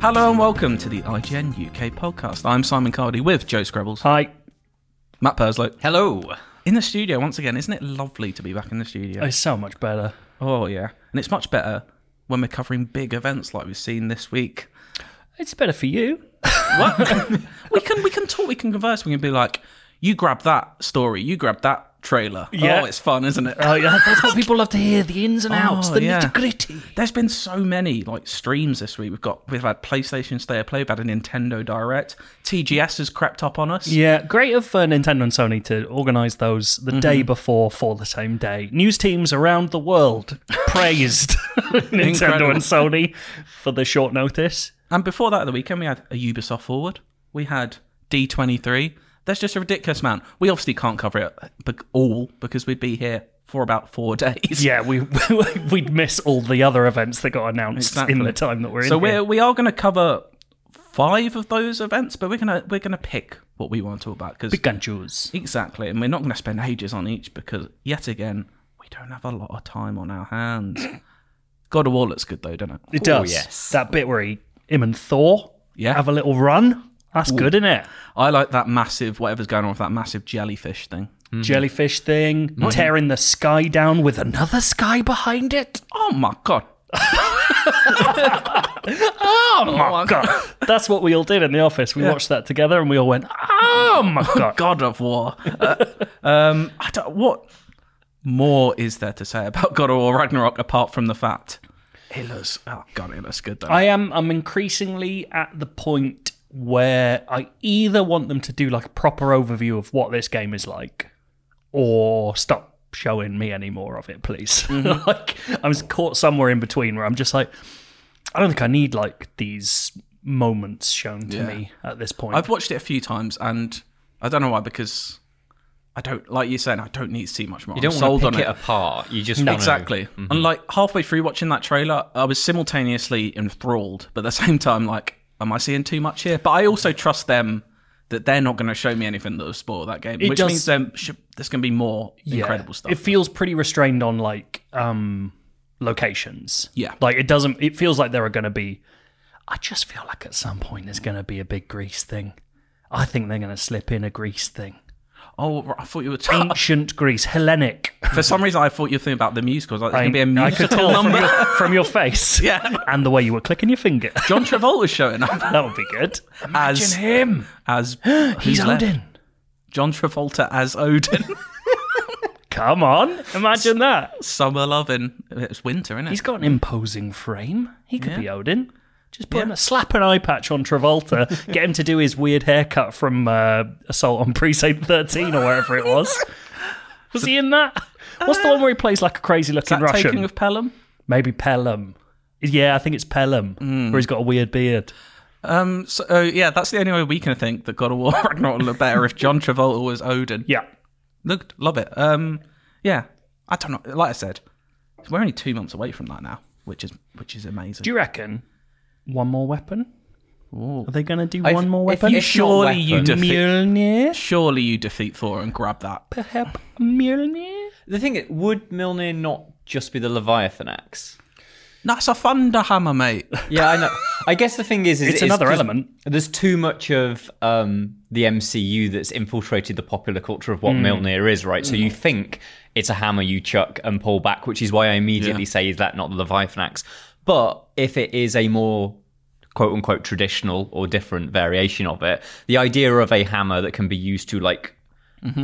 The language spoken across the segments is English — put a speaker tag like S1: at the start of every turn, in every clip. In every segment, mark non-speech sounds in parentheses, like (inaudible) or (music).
S1: Hello and welcome to the IGN UK podcast. I'm Simon Cardy with Joe Scrabbles,
S2: Hi.
S1: Matt Perslow.
S3: Hello.
S1: In the studio once again, isn't it lovely to be back in the studio?
S2: It's so much better.
S1: Oh, yeah. And it's much better when we're covering big events like we've seen this week.
S2: It's better for you.
S1: What? (laughs) we can we can talk, we can converse, we can be like, you grab that story, you grab that trailer.
S2: Yeah.
S1: Oh, it's fun, isn't it?
S2: Oh, yeah. (laughs) That's what people love to hear the ins and outs,
S1: Oh,
S2: the
S1: yeah.
S2: nitty gritty.
S1: There's been so many like streams this week. We've got we've had PlayStation Stay a Play, we've had a Nintendo Direct. TGS has crept up on us.
S2: Yeah, great of uh, Nintendo and Sony to organise those the day before for the same day. News teams around the world praised (laughs) Nintendo
S1: Incredible.
S2: and Sony for the short notice.
S1: And before that, the weekend we had a Ubisoft forward. We had D23. That's just a ridiculous amount. We obviously can't cover it uh, bec- all because we'd be here for about four (laughs) days.
S2: Yeah, we (laughs) we'd miss all the other events that got announced in the time that we're in.
S1: So
S2: here.
S1: we're, we are going to cover five of those events, but we're gonna we're gonna pick what we want to talk about because
S2: big gun choose.
S1: exactly, and we're not going to spend ages on each because yet again we don't have a lot of time on our hands. God of War looks good though, doesn't it?
S2: It does.
S3: yes.
S2: That bit where he, him and Thor
S1: Yeah.
S2: have a little run. That's good, isn't it?
S1: I like that massive whatever's going on with that massive jellyfish thing.
S2: Mm-hmm. jellyfish thing, tearing the sky down with another sky behind it.
S1: Oh my god!
S2: Oh my god. (laughs) That's what we all did in the office. We watched that together and we all went, oh (laughs) my god.
S1: God of War. Uh, um, I don't, what more is there to say about God of War Ragnarok apart from the fact it looks? Oh God, it looks good though.
S2: I am I'm increasingly at the point where I either want them to do like a proper overview of what this game is like or stop showing me any more of it, please. (laughs) like I'm caught somewhere in between where I'm just like I don't think I need like these moments shown to me at this point.
S1: I've watched it a few times, and I don't know why because I don't like you saying I don't need to see much more.
S3: You don't
S1: I'm
S3: want
S1: sold
S3: to
S1: on
S3: pick
S1: it.
S3: it apart. You just want
S1: Exactly.
S2: Mm-hmm.
S1: And like halfway through watching that trailer, I was simultaneously enthralled, but at the (laughs) same time, like, am I seeing too much here? But I also trust them that they're not going to show me anything that will spoil that game,
S2: It
S1: which
S2: does-
S1: means um, sh- there's going to be more
S2: Yeah.
S1: incredible stuff.
S2: It feels pretty restrained on like um locations.
S1: Yeah.
S2: Like it doesn't it feels like there are gonna be I just feel like at some point there's gonna be a big grease thing. I think they're gonna slip in a grease thing.
S1: oh, right, I thought you were.
S2: (coughs) Ancient Greece, Hellenic.
S1: For some reason, I thought you were thinking about the musicals. Like, there's
S2: I,
S1: going to be a
S2: I could
S1: musical
S2: tell from
S1: number.
S2: your, from your face.
S1: (laughs) Yeah.
S2: And the way you were clicking your finger.
S1: John Travolta's showing
S2: (laughs)
S1: up
S2: That would be good.
S1: as
S2: him.
S1: as
S2: (gasps) He's
S1: who's left?
S2: Odin.
S1: John Travolta as Odin. (laughs)
S2: Come on. Imagine that.
S1: Summer loving. It's winter, isn't it?
S2: He's got an imposing frame. He could
S1: Yeah.
S2: be Odin. Just put him a slap an eye patch
S1: (laughs)
S2: on Travolta, get him to do his weird haircut from uh, Assault on Precinct 13 or wherever it
S1: (laughs)
S2: was. Was he in that? What's the one where he plays like a crazy looking
S1: Uh, that
S2: Russian?
S1: taking of Pelham.
S2: Maybe Pelham. Yeah, I think it's Pelham,
S1: Hmm.
S2: where he's got a weird beard.
S1: Um, so uh, yeah, that's the only way we can think that God of War (laughs) Ragnarok would look better if John Travolta was Odin.
S2: Yeah.
S1: Look, love it. Um, yeah, I don't know. Like I said, We're only two months away from that now, which is which is amazing.
S2: Do you reckon one more weapon?
S1: Ooh.
S2: Are they going to do
S3: If-
S2: one more
S3: if
S2: weapon?
S3: you- if not
S1: Surely you
S3: weapon.
S1: defeat.
S2: Mjolnir?
S1: Surely you defeat Thor and grab that.
S2: Perhaps Mjolnir?
S3: The thing is, would Milnir not just be the Leviathan axe?
S1: That's a thunder hammer, mate.
S3: Yeah, I know. I guess the thing is, is
S2: It's
S3: is
S2: another
S3: 'cause
S2: element.
S3: There's too much of um, the MCU that's infiltrated the popular culture of what
S2: Hmm.
S3: Milnir is, right? So you think it's a hammer you chuck and pull back, which is why I immediately say, is that not the Leviathan axe? But if it is a more quote unquote traditional or different variation of it, the idea of a hammer that can be used to like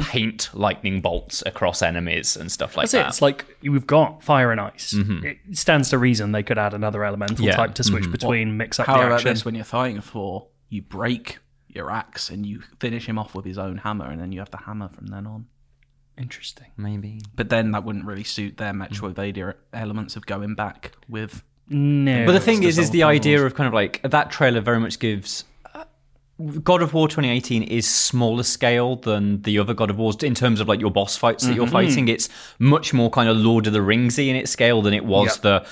S3: paint lightning bolts across enemies and stuff like
S2: Mm-hmm. That's it.
S3: that.
S2: It's like we've got fire and ice.
S1: Mm-hmm.
S2: It stands to reason they could add another elemental
S3: Yeah.
S2: type to switch between, mix up
S1: How
S2: the
S1: about
S2: action.
S1: this? When you're fighting Thor, you break your axe and you finish him off with his own hammer, and then you have the hammer from then on.
S2: Interesting.
S3: Maybe.
S1: But then that wouldn't really suit their Metroidvania elements of going back with.
S2: No.
S3: But the thing
S1: the
S3: is, is
S1: Zelda
S3: the
S1: ones.
S3: idea of kind of like that trailer very much gives. uh, God of War 2018 is smaller scale than the other God of Wars in terms of like your boss fights that
S2: Mm-hmm.
S3: you're fighting. It's much more kind of Lord of the Ringsy in its scale than it was
S2: Yep.
S3: the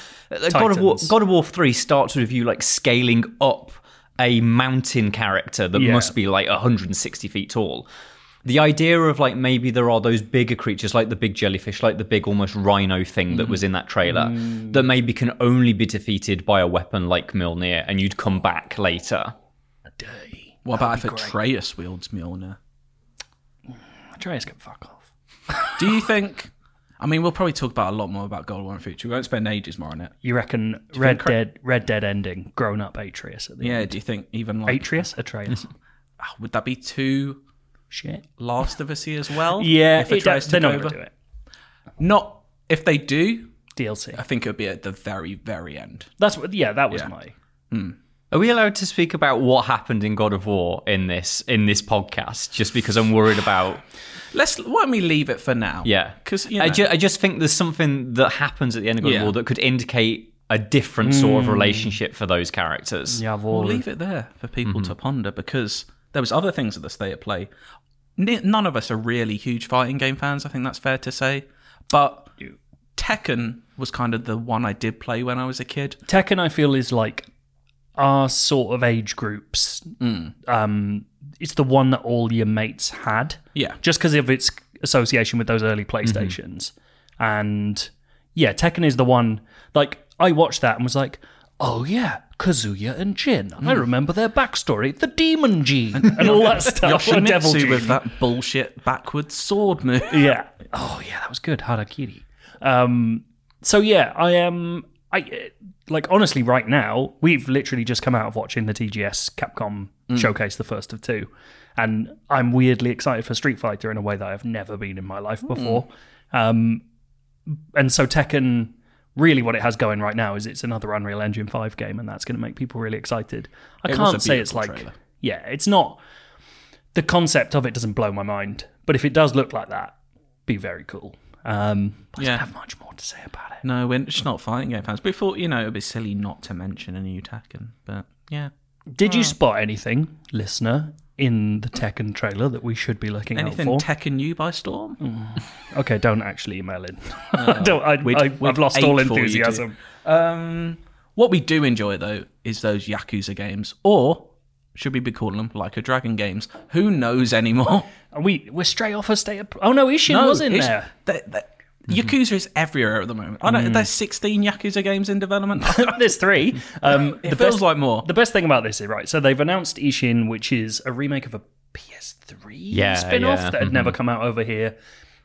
S3: uh, God of War.
S2: Titans.
S3: God of War 3 starts with you like scaling up a mountain character that
S2: Yeah.
S3: must be like 160 feet tall. The idea of like maybe there are those bigger creatures like the big jellyfish, like the big almost rhino thing that was in that trailer, that maybe can only be defeated by a weapon like Milnir, and you'd come back later.
S1: What about if Atreus wields Mjolnir?
S2: Atreus can fuck off.
S1: Do you think? I mean, we'll probably talk about a lot more about God of War in the future. We won't spend ages more on it.
S2: You reckon Red Dead Red Dead ending, grown up Atreus at the
S1: Yeah.
S2: end.
S1: Do you think even like
S2: Atreus? Atreus.
S1: would that be too
S2: (laughs) Shit.
S1: Last of Us as well?
S2: Yeah,
S1: If
S2: it,
S1: Atreus
S2: they're
S1: took
S2: not going
S1: over?
S2: to do it.
S1: Not if they do. I
S2: DLC.
S1: think it would be at the very, very end.
S2: That's what. Yeah, that was my.
S3: Are we allowed to speak about what happened in God of War in this in this podcast? Just because I'm worried about
S1: Let's why don't we leave it for now?
S3: yeah,
S1: because you know,
S3: I, ju- I just think there's something that happens at the end of God
S1: Yeah. Mm.
S3: of War that could indicate a different sort of relationship for those characters.
S2: Yeah,
S1: we'll leave it there for people
S3: Mm-hmm.
S1: to ponder because there was other things at the state of play. N- none of us are really huge fighting game fans. I think that's fair to say, but Tekken was kind of the one I did play when I was a kid.
S2: Tekken, I feel, is like our sort of age groups.
S1: Hmm.
S2: Um, it's the one that all your mates had.
S1: Yeah. Mm-hmm.
S2: Just because of its association with those early PlayStations. And yeah, Tekken is the one. Like, I watched that and was like, oh, yeah. Kazuya and Jin.
S1: Hmm.
S2: I remember their backstory, the
S1: (laughs)
S2: Demon Gene, and all that stuff. or Devil
S1: Yoshimitsu
S2: Gene.
S1: with that bullshit backwards sword move. (laughs)
S2: Yeah. Oh yeah, that was good. Harakiri. Um. So yeah, I am. I uh, like honestly, right now we've literally just come out of watching the TGS Capcom
S1: Mm.
S2: showcase, the first of two, and I'm weirdly excited for Street Fighter in a way that I've never been in my
S1: Mm.
S2: life before. Um, and so Tekken, really, what it has going right now is it's another Unreal Engine five game, and that's going to make people really excited. I
S1: was a
S2: can't say it's like,
S1: beautiful trailer.
S2: yeah, it's not. The concept of it doesn't blow my mind, but if it does look like that, be very cool. Um, I
S1: Yeah.
S2: don't have much more to say about it.
S1: No, we're just not fighting game fans. We thought, you know, it'd be silly not to mention a new Tekken, but yeah.
S2: Did
S1: Hmm.
S2: you spot anything, listener, in the Tekken trailer that we should be looking
S1: Anything
S2: out for?
S1: Tekken you by storm?
S2: okay, don't actually email in. (laughs) I don't, I,
S1: We'd-
S2: I,
S1: we'd
S2: I've lost all
S1: hate for you to-
S2: enthusiasm.
S1: Um, what we do enjoy though is those Yakuza games, or should we be calling them like a dragon games? Who knows (laughs) anymore?
S2: Are we we're straight off a state of. Oh no, Ishin was in
S1: it's-
S2: there. Mm.
S1: they- they- Yakuza is everywhere at the moment. I don't, There's 16 Yakuza games in
S2: (laughs)
S1: development.
S2: There's three. Um,
S1: it
S2: the
S1: feels
S2: best,
S1: like more.
S2: the best thing about this is right. So they've announced Ishin, which is a remake of a PS3
S3: Yeah,
S2: spin-off
S3: yeah. Mm-hmm.
S2: that had never come out over here.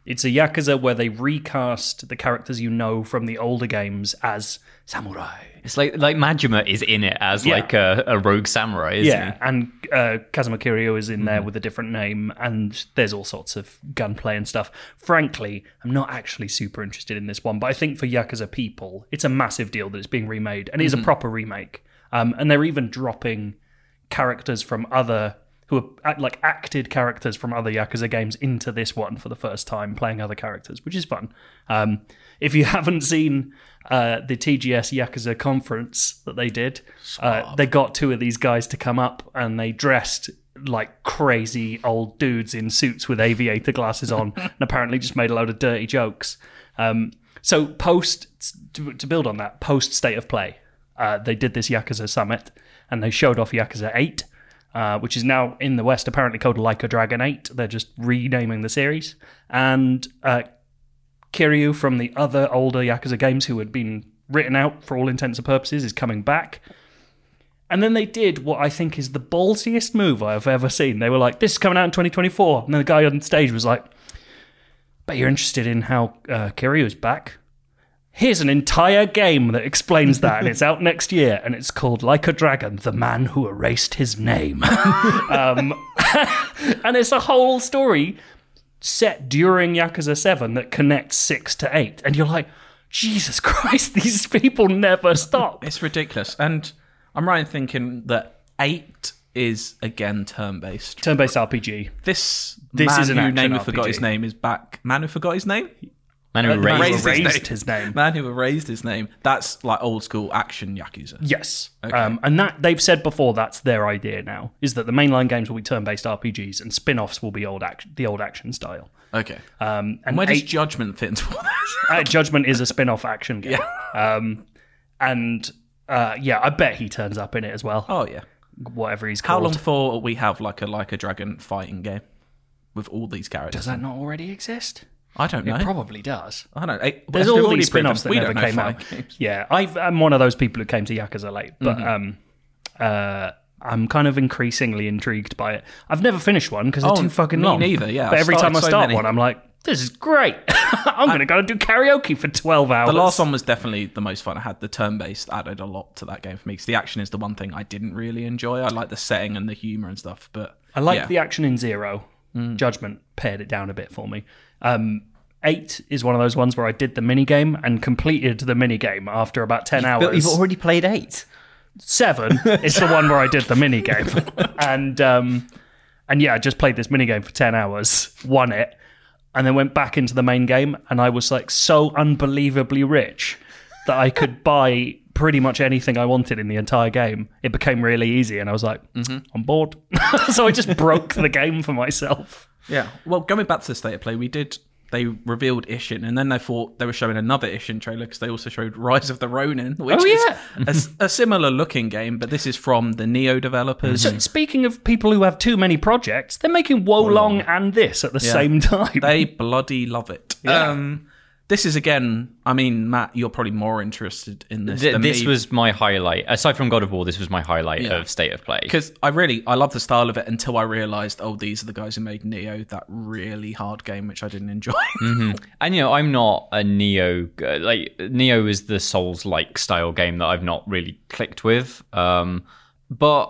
S2: It's a yakuza where they recast the characters you know from the older games as samurai.
S3: It's like like Majima is in it as
S2: Yeah.
S3: like a, a rogue samurai, isn't he?
S2: yeah, and uh, Kazuma Kiryu is in there with a different name, and there's all sorts of gunplay and stuff. Frankly, I'm not actually super interested in this one, but I think for Yakuza people, it's a massive deal that it's being remade, and it is a proper remake. Um, and they're even dropping characters from other who are act- like acted characters from other Yakuza games into this one for the first time, playing other characters, which is fun. Um, if you (laughs) haven't seen uh, the TGS Yakuza conference that they did, uh, they got two of these guys to come up and they dressed like crazy old dudes in suits with aviator glasses on, and apparently just made a load of dirty jokes. Um, so post to, to build on that, post State of Play, uh, they did this Yakuza summit, and they showed off Yakuza Eight, uh, which is now in the West apparently called Like a Dragon Eight. They're just renaming the series, and uh, Kiryu from the other older Yakuza games who had been written out for all intents and purposes is coming back. And then they did what I think is the ballsiest move I have ever seen. They were like, "This is coming out in 2024," and then the guy on stage was like, "Bet you're interested in how uh, Kiryu's back? Here's an entire game that explains that, and it's out next year, and it's called Like a Dragon: The Man Who Erased His Name." (laughs) um, (laughs) and it's a whole story set during Yakuza 7 that connects 6 to 8. And you're like, Jesus Christ, (laughs) these people never stop.
S1: It's ridiculous. And I'm right in thinking that eight is again turn based.
S2: Turn based RPG.
S1: This
S2: This
S1: man
S2: is an
S1: who
S2: action
S1: name who forgot
S2: RPG.
S1: his name is back. Man who forgot his name?
S3: Man
S1: Uh,
S3: who
S2: Man who
S3: raised
S1: his
S2: erased
S1: name.
S2: his name.
S1: Man who erased his name. That's like old school action yakuza.
S2: Yes. Um, and that they've said before that's their idea now is that the mainline games will be turn based RPGs and spin offs will be old action, the old action style.
S1: Okay.
S2: Um, and
S1: and where does
S2: eight-
S1: judgment fit into all
S2: (laughs)
S1: this?
S2: uh, Judgment is a spin off action game. Um, and uh, yeah, I bet he turns up in it as well.
S1: Oh yeah.
S2: Whatever he's
S1: How
S2: called.
S1: long before we have like a like a dragon fighting game with all these characters?
S2: Does that not already exist?
S1: I don't know.
S2: It probably does.
S1: I don't know. It-
S2: Eh? There's
S1: we've
S2: all
S1: already
S2: these
S1: proven
S2: spin-offs that
S1: we
S2: never
S1: don't know
S2: came out.
S1: fighting games. Mm-hmm.
S2: Yeah, I've, I'm one of those people who came to Yakuza late, but um, uh, I'm kind of increasingly intrigued by it. I've never finished one because they're
S1: Oh,
S2: too fucking
S1: me
S2: long.
S1: neither, yeah.
S2: but
S1: I
S2: every
S1: started
S2: time I
S1: so
S2: start
S1: many.
S2: one, I'm like, this is great. (laughs) I'm gonna go and do karaoke for 12 hours.
S1: The last one was definitely the most fun I had. The turn based added a lot to that game for me because the action is the one thing I didn't really enjoy. I like the setting and the humor and stuff, but
S2: I like
S1: yeah.
S2: the action in Zero.
S3: Mm.
S2: Judgment pared it down a bit for me. Um, Eight is one of those ones where I did the mini game and completed the mini game after about 10 hours.
S3: But you've already played eight.
S2: seven is the one where I did the mini game, and um, and yeah, I just played this mini game for ten hours, won it, and then went back into the main game, and I was like so unbelievably rich that I could buy pretty much anything I wanted in the entire game. It became really easy, and I was like, I'm bored, (laughs) so I just broke the game for myself.
S1: yeah. Well, going back to the state of play, we did. They revealed Ishin, and then they thought they were showing another Ishin trailer because they also showed Rise of the Ronin, which
S2: Oh,
S1: is a, a similar looking game, but this is from the Neo developers.
S2: So speaking of people who have too many projects, they're making Wolong and this at the same time.
S1: They bloody love it. Um, this is again. I mean, Matt, you're probably more interested in this.
S3: Th-
S1: than
S3: this
S1: me.
S3: was my highlight. Aside from God of War, this was my highlight of State of Play.
S1: because I really I love the style of it until I realized oh these are the guys who made Neo that really hard game which I didn't enjoy. (laughs)
S3: And you know, I'm not a Neo g- like Neo is the Souls-like style game that I've not really clicked with. Um, but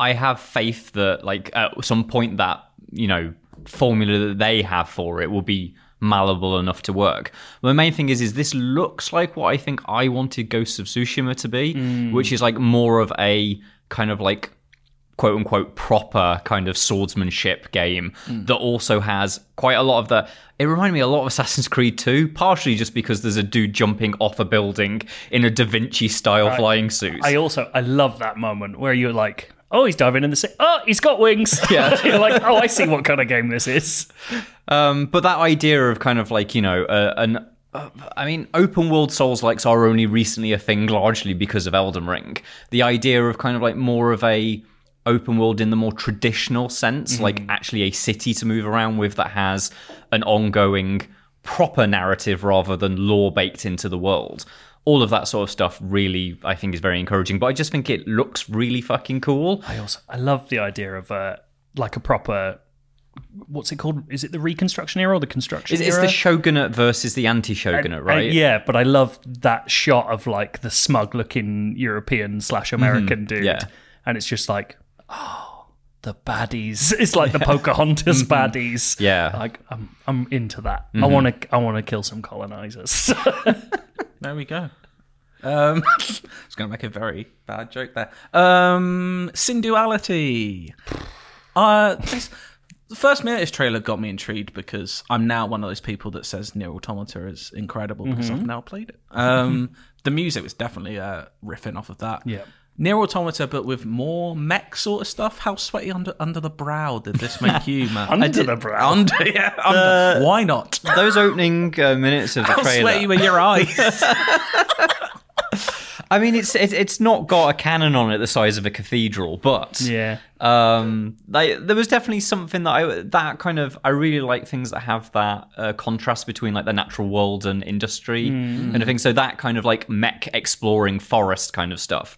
S3: I have faith that like at some point that you know formula that they have for it will be malleable enough to work. The main thing is, is this looks like what I think I wanted Ghosts of Tsushima to be, which is like more of a kind of like quote unquote proper kind of swordsmanship game that also has quite a lot of the it reminded me a lot of Assassin's Creed 2 partially just because there's a dude jumping off a building in a Da Vinci style flying suit
S2: I also I love that moment where you're like, oh, he's diving in the sea. Oh, he's got wings. Yeah, (laughs) you're like, oh, I see what kind of game this is.
S3: um but that idea of kind of like you know uh, an uh, I mean, open world souls likes are only recently a thing largely because of Elden Ring. The idea of kind of like more of a open world in the more traditional sense,
S2: Mm-hmm.
S3: like actually a city to move around with that has an ongoing proper narrative rather than lore baked into the world. All of that sort of stuff really, I think, is very encouraging. But I just think it looks really fucking cool.
S2: I also I love the idea of uh, like a proper what's it called? Is it the Reconstruction era or the construction
S3: It's, it's
S2: era?
S3: the shogunate versus the anti-shogunate,
S2: Uh,
S3: right?
S2: yeah, but I love that shot of like the smug looking European slash American dude,
S3: Mm-hmm. yeah.
S2: and it's just like, oh, the
S3: (laughs)
S2: baddies. It's like the Pocahontas baddies.
S3: Mm-hmm. Yeah. Mm-hmm.
S2: like I'm I'm into that. I want to I want to kill some colonizers. (laughs)
S1: there we go. Um, (laughs) I was going to make a very bad joke there. Um, Sin Duality. Uh, this, the first minute of this trailer got me intrigued because I'm now one of those people that says Near Automata is (laughs) incredible because I've now played it. Um, the music was definitely uh, riffing off of that.
S2: Yeah.
S1: Near Automata, but with more mech sort of stuff. How sweaty under under the brow did this make you, man?
S2: Under
S1: I did-
S2: the brow?
S1: (laughs) Under, yeah. Under. Why not?
S3: Those opening uh, minutes
S1: (laughs)
S3: of the
S1: How
S3: trailer.
S1: sweaty were your eyes?
S3: (laughs) I mean, it's it, it's not got a cannon on it the size of a cathedral, but
S2: Yeah.
S3: um, like there was definitely something that I that kind of I really like things that have that uh, contrast between like the natural world and industry
S1: Mm.
S3: and I think so that kind of like mech exploring forest kind of stuff.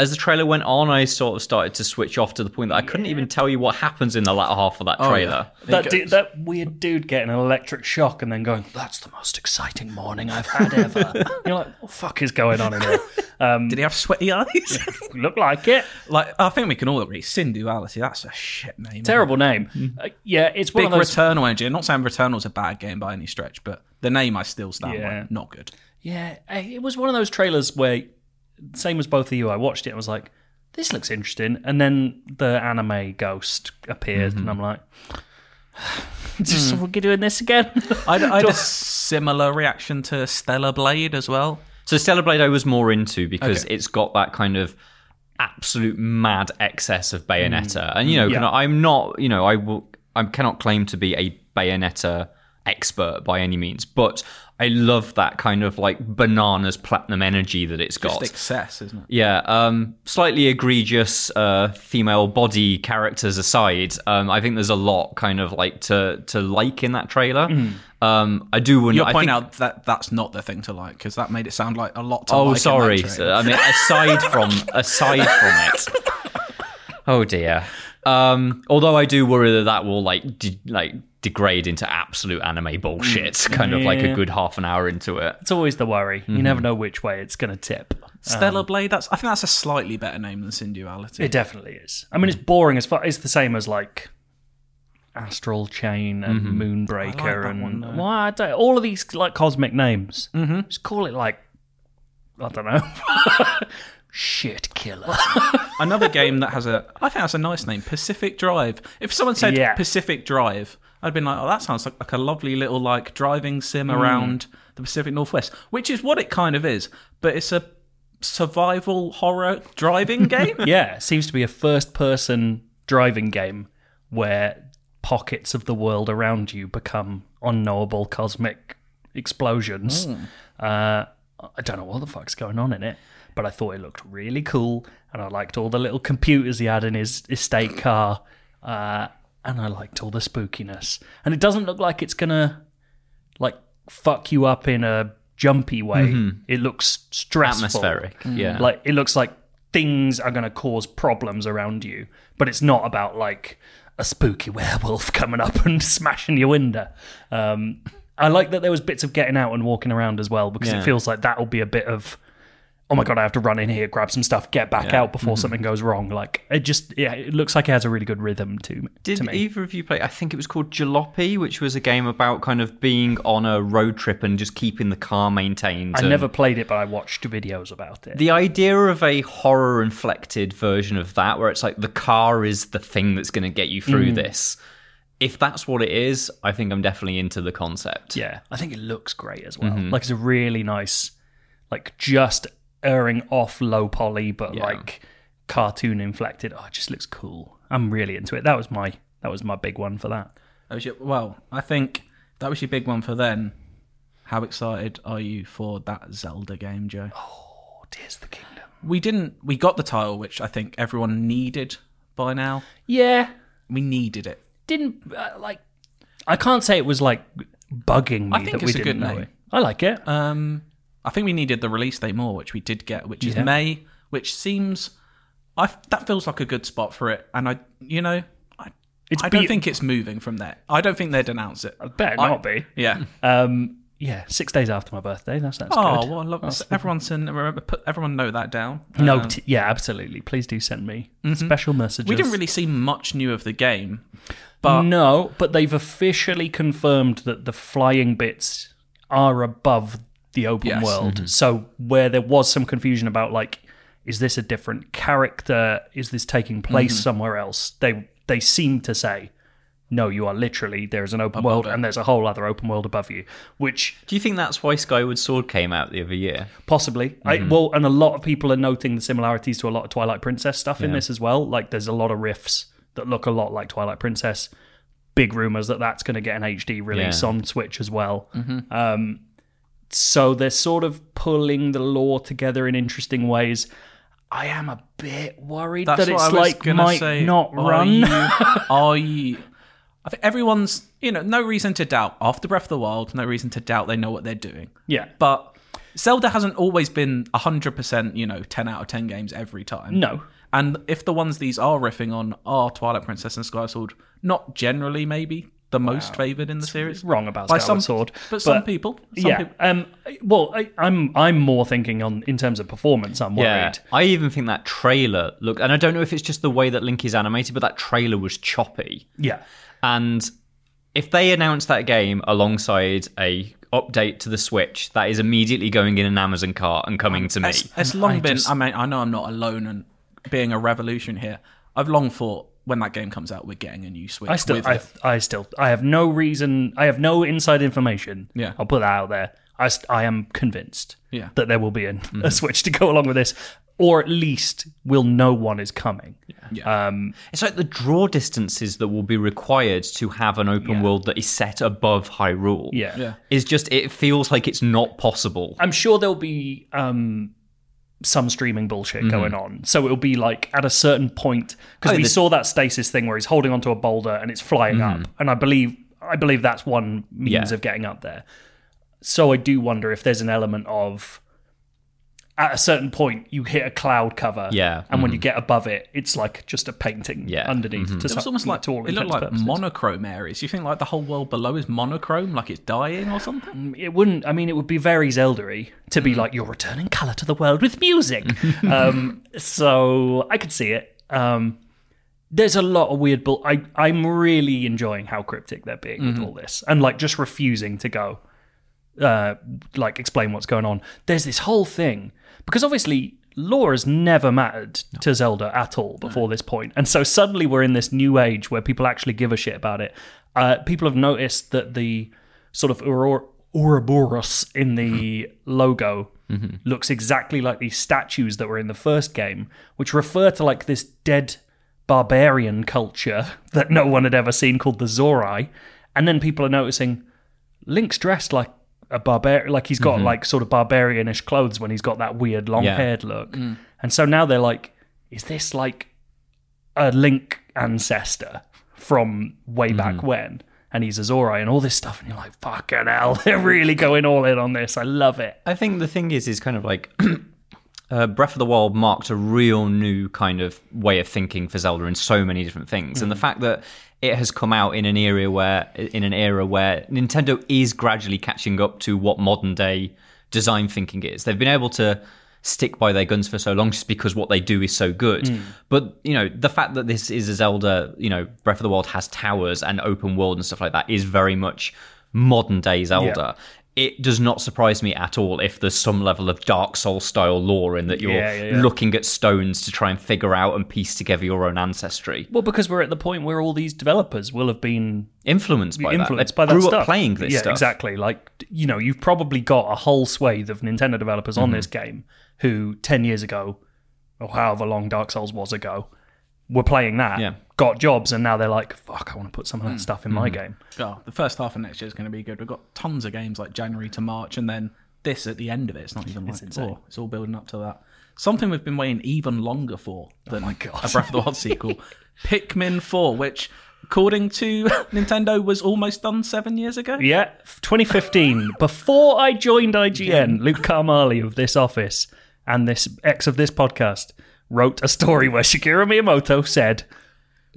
S3: As the trailer went on, I sort of started to switch off to the point that I couldn't even tell you what happens in the latter half of that
S1: Oh, yeah.
S3: trailer.
S2: That, du- that weird dude getting an electric shock and then going, "That's the most exciting morning I've had ever." You're like, "What the fuck is going on in here?" (laughs)
S1: did he have sweaty eyes? (laughs)
S2: Look like it.
S1: like, I think we can all agree, Sinduality, that's a shit name.
S2: Terrible name. Uh, yeah, it's one
S1: Big
S2: of those.
S1: Returnal energy. I'm not saying Returnal's a bad game by any stretch, but the name I still stand
S2: Yeah.
S1: by. Not good.
S2: yeah, uh, it was one of those trailers where, same as both of you, I watched it. and was like, "This looks interesting," and then the anime ghost appeared, and I'm like. (sighs) Just we're doing this again. (laughs)
S1: I, I had a similar reaction to Stellar Blade as well.
S3: So Stellar Blade I was more into because it's got that kind of absolute mad excess of Bayonetta. And you know, kind of- I'm not, you know, I will I cannot claim to be a Bayonetta expert by any means, but I love that kind of like bananas platinum energy that it's got.
S1: Just excess, isn't it?
S3: Yeah, um, slightly egregious uh, female body characters aside, um, I think there's a lot kind of like to to like in that trailer. Um, I do want
S1: You'll
S3: I
S1: point
S3: think-
S1: out that that's not the thing to like because that made it sound like a lot. To
S3: Oh,
S1: like in that
S3: sorry.
S1: trailer.
S2: Uh, um,
S3: I mean, aside (laughs) from aside from it. Oh dear. Um, although I do worry that that will like de- like degrade into absolute anime bullshit, kind of like a
S2: Yeah.
S3: good half an hour into it.
S2: It's always the worry. You never know which way it's going to tip.
S1: Stellar Blade. That's I think that's a slightly better name than Sinduality.
S2: It definitely is. I mean, it's boring as far. It's the same as like Astral Chain and
S1: I like
S2: Moonbreaker
S1: that
S2: and
S1: one, though.
S2: why I don't, all of these like cosmic names. Mm-hmm. Just call it like I don't know. (laughs) Shit killer.
S1: Another game that has a I think that's a nice name. Pacific Drive. If someone said
S2: Yeah.
S1: Pacific Drive, I'd been like, oh, that sounds like, like a lovely little like driving sim around the Pacific Northwest, which is what it kind of is. But it's a survival horror driving game.
S2: yeah, it seems to be a first-person driving game where pockets of the world around you become unknowable cosmic explosions. Uh, I don't know what the fuck's going on in it, but I thought it looked really cool, and I liked all the little computers he had in his estate car, uh, and I liked all the spookiness. And it doesn't look like it's gonna like fuck you up in a jumpy way. It looks stressful,
S3: Mm-hmm.
S2: Mm.
S3: Atmospheric, yeah.
S2: Like it looks like things are gonna cause problems around you, but it's not about like a spooky (laughs) werewolf coming up and (laughs) smashing your window. Um, I like that there was bits of getting out and walking around as well because
S3: Yeah.
S2: it feels like that'll be a bit of oh my god, I have to run in here, grab some stuff, get back out before
S3: Mm-hmm.
S2: something goes wrong. Like it just yeah, it looks like it has a really good rhythm to
S3: Did
S2: to me.
S3: either of you play? I think it was called Jalopy, which was a game about kind of being on a road trip and just keeping the car maintained.
S2: I
S3: and-
S2: never played it, but I watched videos about it.
S3: The idea of a horror inflected version of that, where it's like the car is the thing that's going to get you through this. If that's what it is, I think I'm definitely into the concept.
S2: Yeah, I think it looks great as well.
S1: Mm-hmm.
S2: Like it's a really nice, like just erring off low poly, but like cartoon inflected. Oh, it just looks cool. I'm really into it. That was my that was my big one for that.
S1: That was your, well, I think that was your big one for then. How excited are you for that Zelda game, Joe?
S2: Oh, Tears of the Kingdom.
S1: We didn't. We got the title, which I think everyone needed by now.
S2: Yeah,
S1: We needed it.
S2: didn't uh, like. I can't say it was like bugging me
S1: I think
S2: that we
S1: it's a good
S2: didn't know
S1: name.
S2: it. I like it.
S1: Um, I think we needed the release date more, which we did get, which is
S2: Yeah.
S1: May, which seems. I that feels like a good spot for it, and I, you know, I,
S2: It's
S1: I don't
S2: be-
S1: think it's moving from there. I don't think they'd announce it.
S2: Better
S1: I-
S2: not be.
S1: Yeah.
S2: Um, yeah, six days after my birthday. That's that's
S1: oh,
S2: good.
S1: well, look, everyone, send, remember, put, everyone note that down.
S2: No, t- yeah, absolutely. Please do send me special messages.
S1: Mm-hmm. We didn't really see much new of the game, but
S2: No, but they've officially confirmed that the flying bits are above the open
S1: Yes. Mm-hmm.
S2: world. So where there was some confusion about like, is this a
S1: Mm-hmm.
S2: different character? Is this taking place somewhere else? They they seem to say No, you are literally there is an open world and there's a whole other open world above you, which
S3: Do you think that's why Skyward Sword came out the other year?
S2: Possibly. I,
S1: Mm-hmm.
S2: well, and a lot of people are noting the similarities to a lot of Twilight Princess stuff in this as well. Like, there's a lot of riffs that look a lot like Twilight Princess. Big rumors that that's going to get an HD release
S3: Yeah.
S2: on Switch as well. Um,
S1: Mm-hmm.
S2: so they're sort of pulling the lore together in interesting ways. I am a bit worried
S1: That's
S2: that
S1: what
S2: it's
S1: I was
S2: like
S1: gonna
S2: might
S1: say.
S2: not
S1: Are
S2: run.
S1: you-
S2: (laughs)
S1: Are you? I think everyone's, you know, no reason to doubt. After Breath of the Wild, no reason to doubt they know what they're doing.
S2: yeah,
S1: But Zelda hasn't always been 100%, you know, 10 out of 10 games every time.
S2: No.
S1: And if the ones these are riffing on are Twilight Princess and Skyward Sword, not generally maybe the most favored in the series.
S2: wrong about
S1: By
S2: Skyward
S1: some-
S2: Sword,
S1: But, some
S2: but-
S1: people. Some
S2: yeah.
S1: People,
S2: Um, well, I, I'm I'm more thinking on in terms of performance. I'm worried.
S3: I even think that trailer looked, and I don't know if it's just the way that Link is animated, but that trailer was choppy.
S2: yeah.
S3: And if they announce that game alongside a update to the Switch, that is immediately going in an Amazon cart and coming to me.
S1: It's, it's long
S2: I
S1: been.
S2: just-
S1: I mean, I know I'm not alone and being a revolution here. I've long thought when that game comes out, we're getting a new Switch.
S2: I still,
S1: with
S2: I,
S1: it.
S2: I still, I have no reason. I have no inside information.
S1: Yeah.
S2: I'll put that out there. I, st- I am convinced.
S1: Yeah. Mm-hmm.
S2: that there will be an, a switch to go along with this, or at least we'll know one is coming.
S3: It's like the draw distances that will be required to have an open world that is set above Hyrule.
S2: Yeah.
S1: Yeah.
S3: Is just it feels like it's not possible.
S2: I'm sure there'll be um, some streaming bullshit going on. So it'll be like at a certain point because
S3: Mm-hmm. Oh,
S2: we
S3: the- Mm-hmm.
S2: saw that stasis thing where he's holding onto a boulder and it's flying up, and I believe I believe that's one means
S3: Yeah.
S2: of getting up there. So I do wonder if there's an element of at a certain point you hit a cloud cover,
S3: Yeah, Mm-hmm.
S2: and when you get above it, it's like just a painting
S3: Yeah, Mm-hmm.
S2: underneath. To
S1: It
S2: some,
S1: was almost like
S2: to all
S1: it looked
S2: intents
S1: like
S2: and purposes.
S1: monochrome areas. You think like the whole world below is monochrome, like it's dying or something?
S2: it wouldn't i mean it would be very zeldery to be like you're returning color to the world with music um so i could see it um there's a lot of weird bull i i'm really enjoying how cryptic they're being with all this and like just refusing to go uh like explain what's going on there's this whole thing because obviously lore has never mattered to zelda at all before this point and so suddenly we're in this new age where people actually give a shit about it uh people have noticed that the sort of Aurora, Ouroboros in the logo looks exactly like these statues that were in the first game, which refer to like this dead barbarian culture (laughs) that no one had ever seen called the Zorai. And then people are noticing Link's dressed like a barbarian, like he's got like sort of barbarianish clothes when he's got that weird long haired look. And so now they're like, is this like a Link ancestor from way back when, and he's a Zorai and all this stuff, and you're like, fucking hell, (laughs) they're really going all in on this. I love it.
S3: I think the thing is, is kind of like (clears throat) uh, Breath of the Wild marked a real new kind of way of thinking for Zelda in so many different things, and the fact that it has come out in an era where in an era where Nintendo is gradually catching up to what modern day design thinking is. They've been able to stick by their guns for so long just because what they do is so good. But you know, the fact that this is a Zelda, you know, Breath of the Wild has towers and open world and stuff like that is very much modern day Zelda. It does not surprise me at all if there's some level of Dark Soul style lore in that you're
S2: Yeah, yeah, yeah.
S3: looking at stones to try and figure out and piece together your own ancestry.
S2: Well, because we're at the point where all these developers will have been
S3: Influenced by
S2: influenced
S3: that.
S2: by that
S3: They grew
S2: stuff.
S3: up playing this
S2: yeah,
S3: stuff.
S2: exactly. Like you know, you've probably got a whole swathe of Nintendo developers
S3: Mm-hmm.
S2: on this game who ten years ago, or however long Dark Souls was ago, were playing that.
S3: Yeah. Mm.
S2: Got jobs and now they're like, "Fuck! I want to put some of that stuff in my game."
S1: Oh, the first half of next year is going to be good. We've got tons of games like January to March, and then this at the end of it. It's not even like
S2: insane.
S1: oh, it's all building up to that. Something we've been waiting even longer for than
S2: Oh God.
S1: a Breath of the Wild
S2: (laughs)
S1: sequel, Pikmin Four, which according to (laughs) Nintendo was almost done seven years ago.
S2: Yeah, 2015. Before I joined IGN, Luke Carmali of this office and this ex of this podcast wrote a story where Shigeru Miyamoto said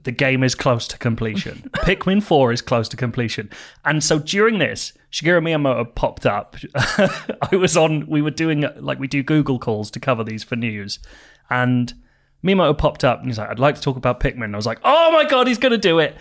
S2: the game is close to completion. Pikmin 4 is close to completion. And so during this, Shigeru Miyamoto popped up. (laughs) I was on, we were doing, like, we do Google calls to cover these for news. And Miyamoto popped up and he's like, I'd like to talk about Pikmin. And I was like, oh my God, he's going to do it.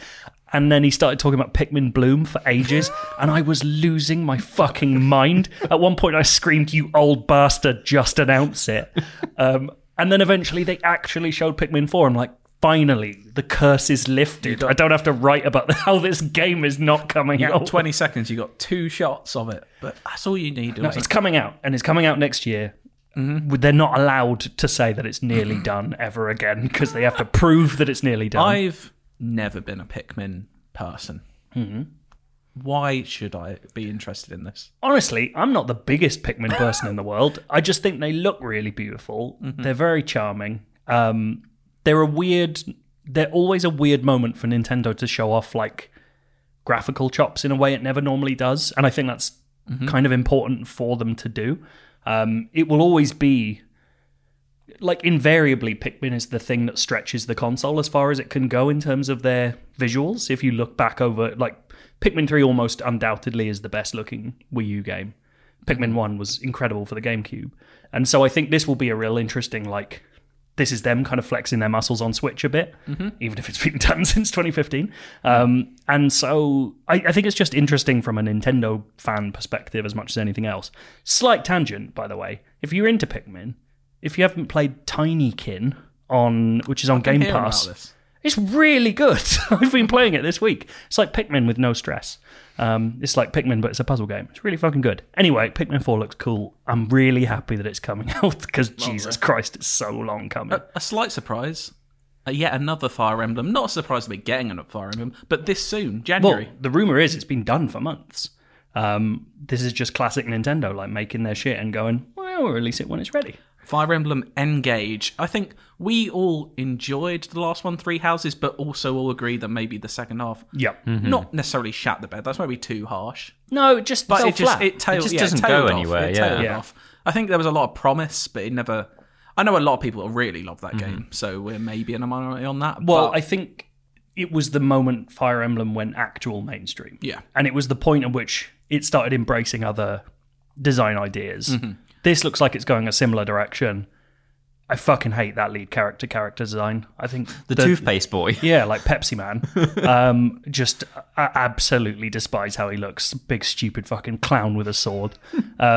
S2: And then he started talking about Pikmin Bloom for ages. and I was losing my fucking mind. At one point, I screamed, You old bastard, just announce it. Um, and then eventually, they actually showed Pikmin 4. I'm like, finally the curse is lifted. I don't have to write about (laughs) how this game is not coming
S1: You
S2: out.
S1: got 20 seconds. You got two shots of it, but that's all you need.
S2: No,
S1: away.
S2: it's coming out, and it's coming out next year. They're not allowed to say that it's nearly done ever again because they have to prove that it's nearly done.
S1: I've never been a Pikmin person.
S2: Mm-hmm.
S1: Why should I be interested in this?
S2: honestly, I'm not the biggest Pikmin person in the world. I just think they look really beautiful. They're very charming. Um, they're a weird. They're always a weird moment for Nintendo to show off like graphical chops in a way it never normally does, and I think that's kind of important for them to do. Um, it will always be like invariably Pikmin is the thing that stretches the console as far as it can go in terms of their visuals. If you look back over like Pikmin 3 almost undoubtedly is the best looking Wii U game. Pikmin 1 was incredible for the GameCube. And so I think this will be a real interesting like this is them kind of flexing their muscles on Switch a bit,
S1: Mm-hmm.
S2: even if it's been (laughs) done since 2015. Um, and so I, I think it's just interesting from a Nintendo fan perspective as much as anything else. Slight tangent, by the way. If you're into Pikmin, if you haven't played Tinykin on, which is on Game
S1: hearing
S2: Pass,
S1: about this.
S2: it's really good. (laughs) I've been playing it this week. It's like Pikmin with no stress. Um, it's like Pikmin, but it's a puzzle game. It's really fucking good. Anyway, Pikmin 4 looks cool. I'm really happy that it's coming (laughs) out because Jesus
S1: uh,
S2: Christ, it's so long coming.
S1: A slight surprise. Uh, yet another Fire Emblem. Not surprised to be getting another Fire Emblem, but this soon, January.
S2: Well, the rumor is it's been done for months. Um, this is just classic Nintendo, like making their shit and going, well, we'll release it when it's ready.
S1: Fire Emblem Engage. I think we all enjoyed the last one, Three Houses, but also all agree that maybe the second half,
S2: Yep.
S1: not necessarily shat the bed. That's maybe too harsh.
S2: No, it just
S1: But
S2: fell
S1: it just
S2: flat.
S1: it, tailed,
S3: It just
S1: yeah,
S3: doesn't go
S1: tailed off.
S3: anywhere,
S1: It
S3: yeah.
S1: tailed
S2: Yeah.
S1: off. I think there was a lot of promise, but it never. I know a lot of people really love that game, so we're maybe in a minority on that.
S2: well,
S1: but
S2: I think it was the moment Fire Emblem went actual mainstream.
S1: Yeah.
S2: And it was the point at which it started embracing other design ideas. This looks like it's going a similar direction. I fucking hate that lead character character design. I think
S3: The,
S2: (laughs)
S3: toothpaste boy.
S2: Yeah, like Pepsi Man. um, just I absolutely despise how he looks. Big stupid fucking clown with a sword.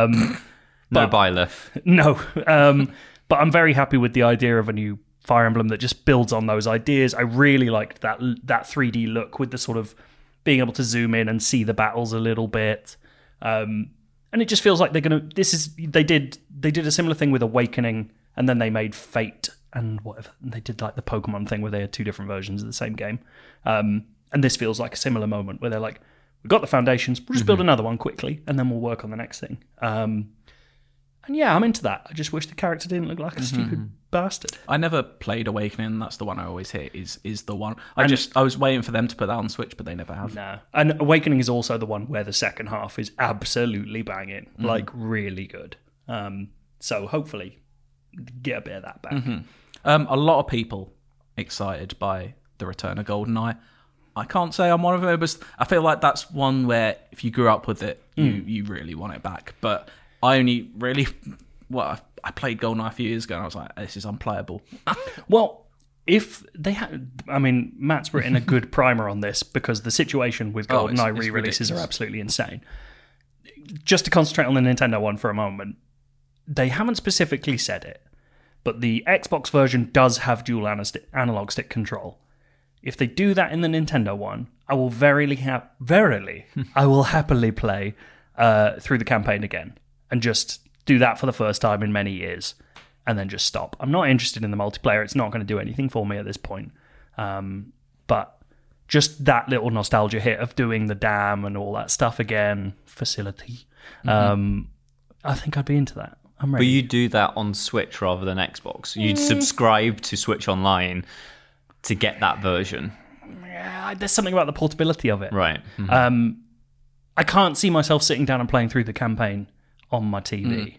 S3: No Byleth.
S2: (laughs) No, um, but I'm very happy with the idea of a new Fire Emblem that just builds on those ideas. I really liked that that 3D look with the sort of being able to zoom in and see the battles a little bit. Um, and it just feels like they're gonna. This is they did they did a similar thing with Awakening, and then they made Fate and whatever they did like the Pokemon thing where they had two different versions of the same game. Um, and this feels like a similar moment where they're like, we've got the foundations, we'll just build another one quickly, and then we'll work on the next thing. Um, and yeah, I'm into that. I just wish the character didn't look like a stupid
S1: Mm-hmm.
S2: bastard.
S1: I never played Awakening. That's the one I always hear is is the one. I just I was waiting for them to put that on Switch, but they never have.
S2: No. And Awakening is also the one where the second half is absolutely banging,
S1: Mm-hmm.
S2: like really good. Um, so hopefully get a bit of that back.
S1: Um, a lot of people excited by the return of GoldenEye. I can't say I'm one of them, but I feel like that's one where if you grew up with it, you you really want it back. But I only really well, I, I played GoldenEye a few years ago, and I was like, this is unplayable.
S2: Well, if they had, I mean, Matt's written a
S1: (laughs)
S2: good primer on this because the situation with
S1: Oh, it's-
S2: GoldenEye
S1: it's
S2: re releases are
S1: ridiculous.
S2: absolutely insane. Just to concentrate on the Nintendo one for a moment, they haven't specifically said it, but the Xbox version does have dual anas- analog stick control. If they do that in the Nintendo one, I will verily, ha- verily, (laughs) I will happily play uh, through the campaign again and just do that for the first time in many years, and then just stop. I'm not interested in the multiplayer; it's not going to do anything for me at this point. Um, but just that little nostalgia hit of doing the dam and all that stuff again, facility. Um, I think I'd be into that. I'm
S3: But
S2: ready.
S3: you do that on Switch rather than Xbox. You'd
S2: Mm.
S3: subscribe to Switch Online to get that version.
S2: Yeah, there's something about the portability of it.
S3: Right.
S2: I can't see myself sitting down and playing through the campaign on my TV,
S3: Mm.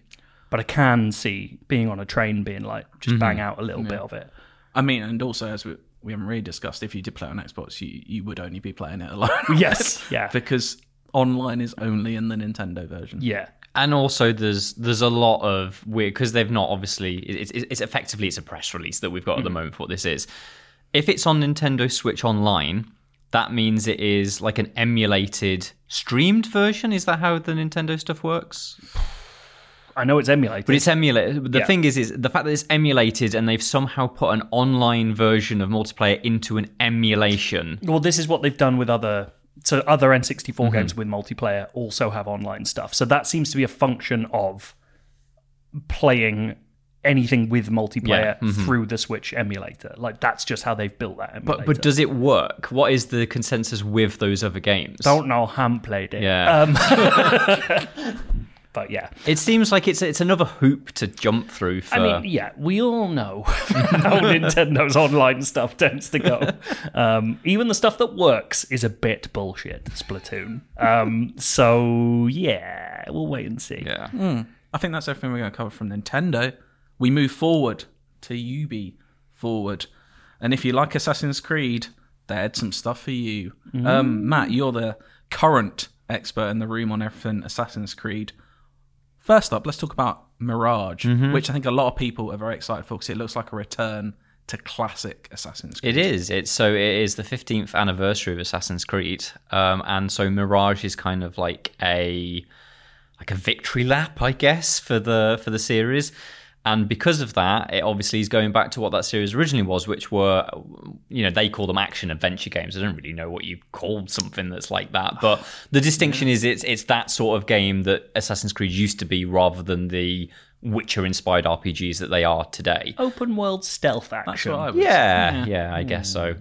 S2: but I can see being on a train, being like,
S3: Mm-hmm.
S2: just bang out a little bit of
S3: (laughs)
S2: it.
S1: I mean, and also as we, we haven't really discussed, if you did play on Xbox, you you would only be playing it alone. (laughs)
S2: Yes, yeah,
S1: because online is only in the Nintendo version.
S2: yeah.
S3: and also there's there's a lot of weird because they've not obviously it's, it's it's effectively it's a press release that we've got at
S2: Mm-hmm.
S3: the moment for what this is if it's on nintendo switch online that means it is like an emulated streamed version is that how the nintendo stuff works
S2: I know it's emulated.
S3: But it's emulated. The
S2: Yeah.
S3: thing is, is the fact that it's emulated and they've somehow put an online version of multiplayer into an emulation.
S2: well, this is what they've done with other so other N64
S3: Mm-hmm.
S2: games with multiplayer also have online stuff. So that seems to be a function of playing anything with multiplayer through the Switch emulator. Like that's just how they've built that emulator.
S3: Mm-hmm. But but does it work? What is the consensus with those other games?
S2: don't uh, know how played it.
S3: yeah,
S2: But yeah.
S3: it seems like it's it's another hoop to jump through. For,
S2: I mean, yeah, we all know (laughs) how Nintendo's online stuff tends to
S3: (laughs)
S2: go. Um, even the stuff that works is a bit bullshit, Splatoon. Um, so, yeah, we'll wait and see.
S3: yeah.
S1: I think that's everything we're going to cover from Nintendo. We move forward to UB forward, and if you like Assassin's Creed, they had some stuff for you.
S3: Mm-hmm.
S1: Um, Matt, you're the current expert in the room on everything Assassin's Creed. First up, let's talk about Mirage,
S3: Mm-hmm.
S1: which I think a lot of people are very excited for because it looks like a return to classic Assassin's Creed.
S3: It is. It's so it is the 15th anniversary of Assassin's Creed, um, and so Mirage is kind of like a like a victory lap, I guess, for the for the series. And because of that, it obviously is going back to what that series originally was, which were, you know, they call them action adventure games. I don't really know what you called something that's like that, but the distinction is it's it's that sort of game that Assassin's Creed used to be, rather than the Witcher-inspired RPGs that they are today.
S2: Open world stealth action.
S1: That's what I was.
S3: Yeah, yeah, I guess so.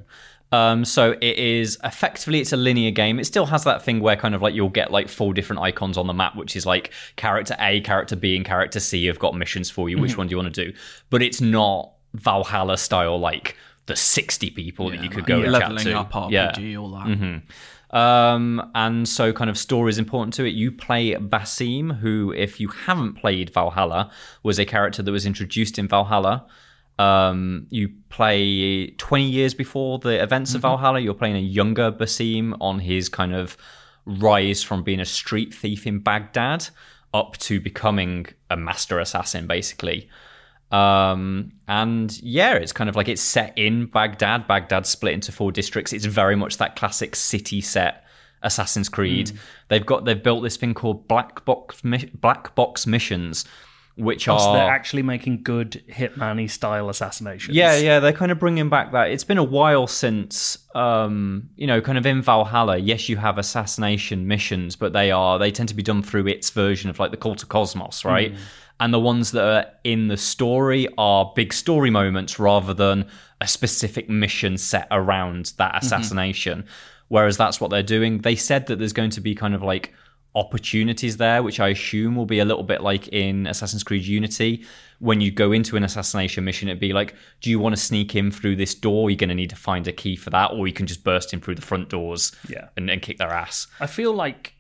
S3: Um, so it is effectively it's a linear game. It still has that thing where kind of like you'll get like four different icons on the map, which is like character A, character B, and character C have got missions for you. Which one do you want to do? But it's not Valhalla style like the sixty people that you could go and chat
S1: leveling
S3: to.
S1: up RPG,
S3: Yeah. Mm-hmm.
S1: all that.
S3: Um, and so kind of story is important to it. You play Basim, who, if you haven't played Valhalla, was a character that was introduced in Valhalla. Um, you play 20 years before the events of Valhalla. You're playing a younger Basim on his kind of rise from being a street thief in Baghdad up to becoming a master assassin, basically. Um, and yeah, it's kind of like it's set in Baghdad. Baghdad's split into four districts. It's very much that classic city set Assassin's Creed. They've got they've built this thing called black box mi- black box missions, which
S2: So
S3: are
S2: they're actually making good Hitman style assassinations.
S3: yeah, yeah, they're kind of bringing back that. It's been a while since, um, you know, kind of in Valhalla. Yes, you have assassination missions, but they are they tend to be done through its version of like the Cult of Cosmos, right? And the ones that are in the story are big story moments rather than a specific mission set around that assassination. Whereas that's what they're doing. They said that there's going to be kind of like opportunities there, which I assume will be a little bit like in Assassin's Creed Unity. When you go into an assassination mission, it'd be like, do you want to sneak in through this door? You're going to need to find a key for that, or you can just burst in through the front doors
S2: Yeah.
S3: and, and kick their ass.
S2: I feel like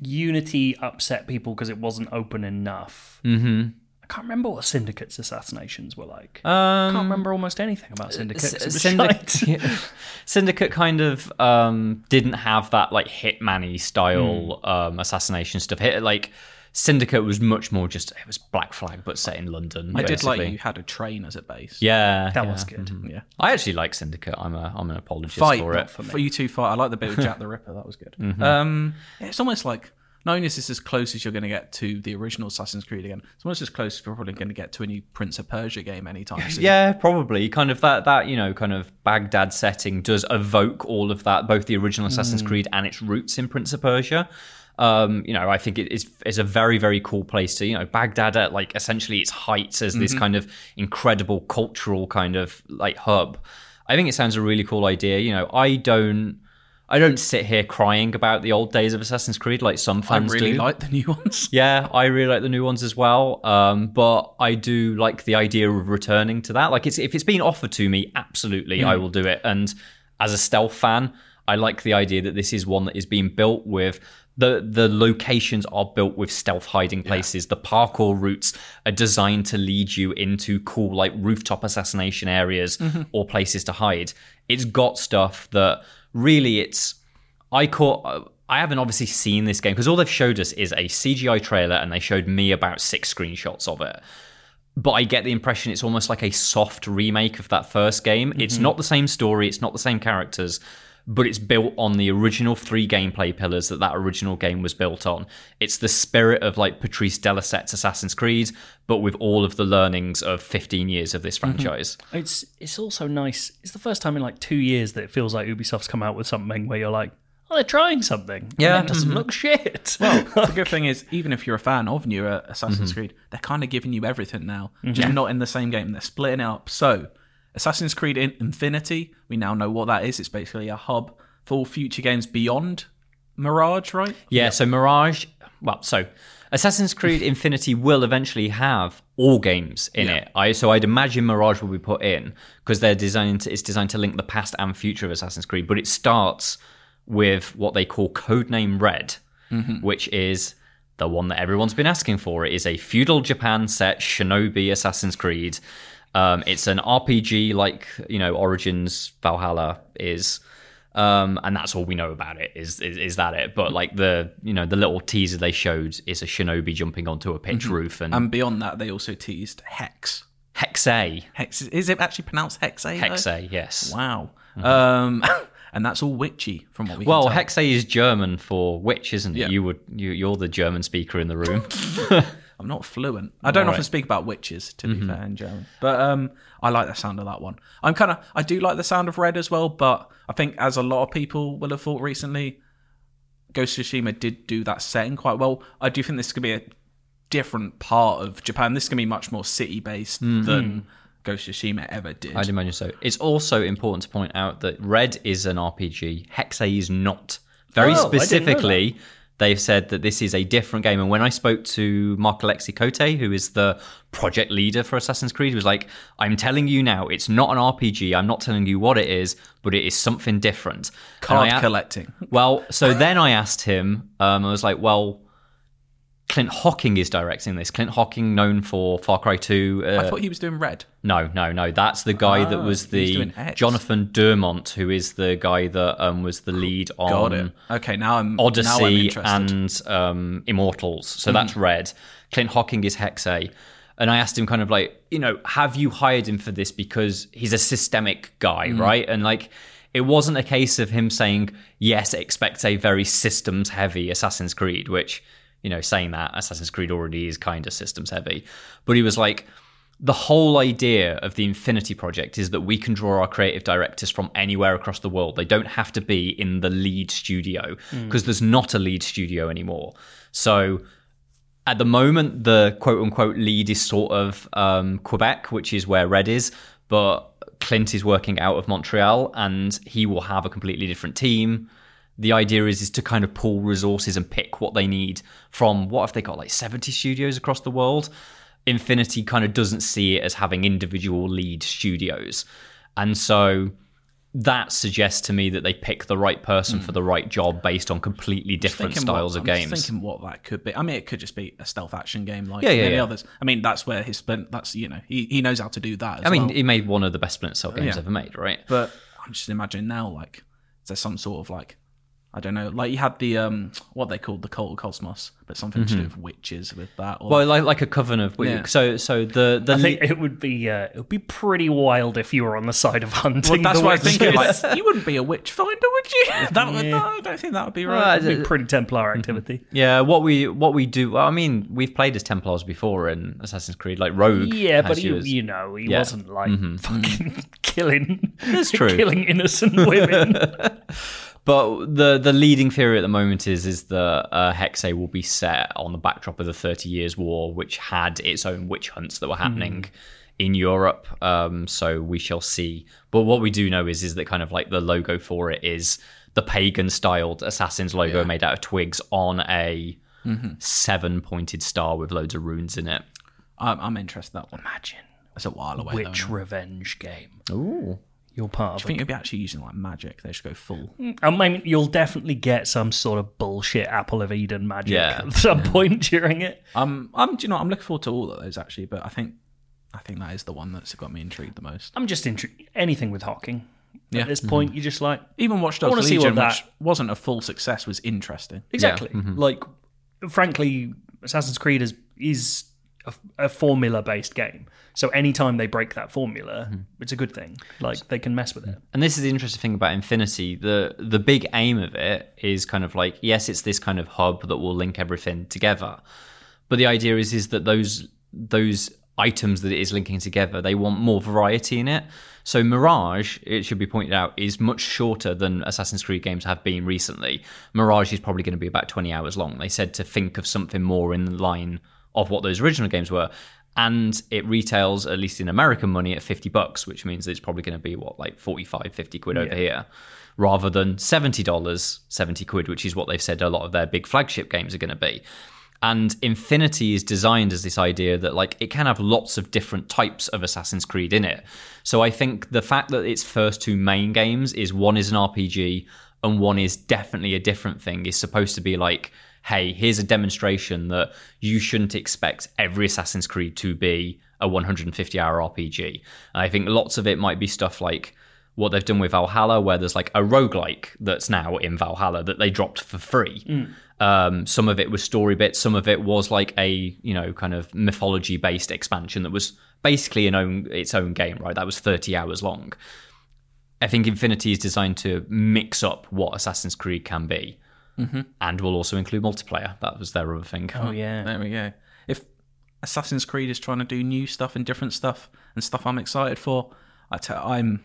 S2: Unity upset people because it wasn't open enough.
S3: Mm-hmm.
S2: I can't remember what Syndicate's assassinations were like. I
S3: Um, uh,
S2: can't remember almost anything about Syndicate. 'cause it was shite.
S3: (laughs) Syndicate, Syndicate kind of um, didn't have that like Hitman-y style um, assassination stuff. Hit like Syndicate was much more just it was Black Flag, but set in London.
S1: I did like
S3: basically.
S1: you had a train as a base.
S3: Yeah,
S2: That
S3: yeah. mm-hmm.
S2: was good.
S1: yeah.
S3: I actually like Syndicate. I'm a I'm an apologist
S1: fight
S3: for it. Mm-hmm.
S1: for, you two fight. I like the bit with Jack the Ripper. That was
S3: (laughs)
S1: good. Um, it's almost like not only is this as close as you're going to get to the original Assassin's Creed again, it's almost as close as we're probably going to get to a new Prince of Persia game
S3: (laughs)
S1: anytime soon.
S3: Yeah, probably. Kind of that that you know kind of Baghdad setting does evoke all of that, both the original Assassin's
S1: Hmm.
S3: Creed and its roots in Prince of Persia. Um, you know, I think it is it's a very very cool place to you know Baghdad at like essentially its heights as
S1: Mm-hmm.
S3: this kind of incredible cultural kind of like hub. I think it sounds a really cool idea. You know, I don't. I don't sit here crying about the old days of Assassin's Creed like some
S1: I
S3: fans
S1: really
S3: do.
S1: like the new
S3: (laughs)
S1: ones.
S3: Yeah, I really like the new ones as well. Um, but I do like the idea of returning to that. Like, it's, if it's been offered to me, absolutely, I will do it. And as a stealth fan, I like the idea that this is one that is being built with the the locations are built with stealth hiding places. The parkour routes are designed to lead you into cool like rooftop assassination areas or places to hide. It's got stuff that really it's I caught. I haven't obviously seen this game because all they've showed us is a CGI trailer, and they showed me about six screenshots of it. But I get the impression it's almost like a soft remake of that first game. It's not the same story. It's not the same characters. but it's built on the original three gameplay pillars that that original game was built on. It's the spirit of like Patrice Delasette's Assassin's Creed, but with all of the learnings of 15 years of this franchise.
S2: It's it's also nice. It's the first time in like two years that it feels like Ubisoft's come out with something where you're like, oh, they're trying something.
S1: Yeah.
S2: and it
S3: mm-hmm.
S2: doesn't look shit. (laughs)
S1: Well, the good thing is, even if you're a fan of newer Assassin's
S3: Mm-hmm.
S1: Creed, they're kind of giving you everything now, just not in the same game. They're splitting it up. So, Assassin's Creed in- Infinity, we now know what that is. It's basically a hub for all future games beyond Mirage, right?
S3: Yeah, so Mirage, well, so Assassin's Creed Infinity will eventually have all games in it. I so I'd imagine Mirage will be put in because they're designed to, it's designed to link the past and future of Assassin's Creed, but it starts with what they call Codename Red,
S1: Mm-hmm.
S3: which is the one that everyone's been asking for. It is a feudal Japan set shinobi Assassin's Creed. Um, it's an RPG like, you know, Origins Valhalla is um, and that's all we know about it. Is, is is that it? But like the you know the little teaser they showed is a shinobi jumping onto a
S1: Mm-hmm.
S3: pitch roof and
S1: And beyond that, they also teased Hex.
S3: Hex A,
S1: Hex is it actually pronounced Hex A? though?
S3: Hex A, yes.
S1: Wow. Um, (laughs) and that's all witchy from what we can
S3: Well,
S1: tell.
S3: Hex A is German for witch, isn't it?
S1: Yeah.
S3: You would you you're the German speaker in the
S1: (laughs)
S3: room.
S1: I'm not fluent. I don't often speak about witches, to
S3: Mm-hmm.
S1: be fair, in German. But um, I like the sound of that one. I'm kind of, I do like the sound of Red as well. But I think, as a lot of people will have thought recently, Ghost of Tsushima did do that setting quite well. I do think this could be a different part of Japan. This can be much more city based
S3: Mm-hmm. Mm.
S1: than Ghost of Tsushima ever did.
S3: I'd imagine so. It's also important to point out that Red is an RPG. Hex A is not. Very
S2: Oh, I didn't know
S3: specifically, they've said that this is a different game. And when I spoke to Mark Alexi Kote, who is the project leader for Assassin's Creed, he was like, "I'm telling you now, it's not an RPG. I'm not telling you what it is, but it is something different." And
S1: Card
S3: I a-
S1: collecting.
S3: well, so then I asked him, um, I was like, well, Clint Hocking is directing this. Clint Hocking, known for Far Cry 2. Uh,
S1: I thought he was doing Red.
S3: no, no, no. That's the guy that was
S1: Ah, he's
S3: the
S1: doing X.
S3: Jonathan Dermont, who is the guy that um, was the lead
S1: Got
S3: on
S1: it. Okay, now I'm now I'm
S3: Odyssey
S1: interested. Hmm.
S3: and um, Immortals. So that's red. Clint Hocking is Hex A. And I asked him, kind of like, you know, have you hired him for this because he's a systemic guy,
S1: Hmm.
S3: right? And like, it wasn't a case of him saying, yes, expect a very systems heavy Assassin's Creed, which, you know, saying that Assassin's Creed already is kind of systems heavy. But he was like, the whole idea of the Infinity Project is that we can draw our creative directors from anywhere across the world. They don't have to be in the lead studio because there's not a lead studio anymore. So at the moment, the quote unquote lead is sort of um, Quebec, which is where Red is, but Clint is working out of Montreal and he will have a completely different team. The idea is is to kind of pull resources and pick what they need from what if they got like 70 studios across the world? Infinity kind of doesn't see it as having individual lead studios. And so that suggests to me that they pick the right person for the right job based on completely different
S1: thinking
S3: styles
S1: what-
S3: of
S1: I'm Hmm. just
S3: games.
S1: Thinking what that could be. I mean, it could just be a stealth action game like
S3: Yeah, yeah,
S1: many
S3: yeah.
S1: others. I mean, that's where his spent. That's you know, he, he knows how to do that. As
S3: I mean,
S1: well.
S3: it made one of the best Splinter Cell games
S1: Yeah.
S3: ever made, right?
S1: but I'm just imagining now, like, is there some sort of like, I don't know, like you had the um, what they called the cult of cosmos, but something to do with witches with that. Or,
S3: Mm-hmm. Well, like like a coven of
S1: Yeah.
S3: so so the the
S2: I think it would be uh, it would be pretty wild if you were on the side of hunting.
S1: Well, that's
S2: the
S1: why I
S2: witches.
S1: think
S2: (laughs)
S3: (laughs)
S1: like you wouldn't be a witch finder, would you? (laughs) That would,
S2: Yeah.
S1: no, I don't think that would be
S3: Well, I Mm-hmm.
S1: right.
S3: d-
S2: It'd be pretty Templar activity.
S3: yeah, what we what we do. Well, I mean, we've played as Templars before in Assassin's Creed, like Rogue.
S2: Yeah,
S3: has
S2: but he,
S3: you as-
S2: you know, he
S3: Yeah.
S2: wasn't
S3: Mm-hmm.
S2: like (laughs) fucking killing,
S3: That's true.
S2: (laughs) killing innocent
S3: (laughs)
S2: women.
S3: But the the leading theory at the moment is is that uh, Hexe will be set on the backdrop of the Thirty Years' War, which had its own witch hunts that were happening in Europe. Um, so we shall see. But what we do know is is that kind of like the logo for it is the pagan styled assassin's logo made out of twigs on a seven pointed star with loads of runes in it.
S1: I'm, I'm interested in that one. Imagine it's a while away. Though,
S2: Witch
S1: isn't it?
S2: revenge game.
S3: Ooh.
S2: You're part
S1: I
S2: of it.
S1: think you'd be actually using like magic. They should go full.
S2: I mean, you'll definitely get some sort of bullshit Apple of Eden magic
S3: Yeah.
S2: at some point (laughs) during it.
S1: Um, I'm, do you know, I'm looking forward to all of those actually, but I think, I think that is the one that's got me intrigued the most.
S2: I'm just intrigued. Anything with Hawking.
S1: Yeah.
S2: At this
S1: Mm-hmm.
S2: point, you're just like,
S1: Even Watch
S2: wanna
S1: Dogs
S2: see what
S1: Legion,
S2: that-
S1: which wasn't a full success, was interesting.
S3: Mm-hmm.
S2: Exactly. Like, frankly, Assassin's Creed is is a, a formula based game. So anytime they break that formula,
S1: Mm-hmm.
S2: it's a good thing. Like they can mess with it.
S3: And this is the interesting thing about Infinity. The the big aim of it is kind of like, yes, it's this kind of hub that will link everything together. But the idea is is that those those items that it is linking together, they want more variety in it. So Mirage, it should be pointed out, is much shorter than Assassin's Creed games have been recently. Mirage is probably going to be about 20 hours long. They said to think of something more in the line of what those original games were. And it retails, at least in American money, at 50 bucks, which means that it's probably going to be, what, like 45, 50 quid over here, rather than $70, 70 quid, which is what they've said a lot of their big flagship games are going to be. And Infinity is designed as this idea that like it can have lots of different types of Assassin's Creed in it. So I think the fact that its first two main games is one is an RPG and one is definitely a different thing is supposed to be like, hey, here's a demonstration that you shouldn't expect every Assassin's Creed to be a 150 hour RPG. And I think lots of it might be stuff like what they've done with Valhalla, where there's like a roguelike that's now in Valhalla that they dropped for free. Um, some of it was story bits, some of it was like a you know kind of mythology based expansion that was basically an own its own game, right? That was 30 hours long. I think Infinity is designed to mix up what Assassin's Creed can be,
S1: Mm-hmm.
S3: and will also include multiplayer. That was their other thing.
S2: Oh yeah.
S1: There we go. If Assassin's Creed is trying to do new stuff and different stuff and stuff I'm excited for, I t- I'm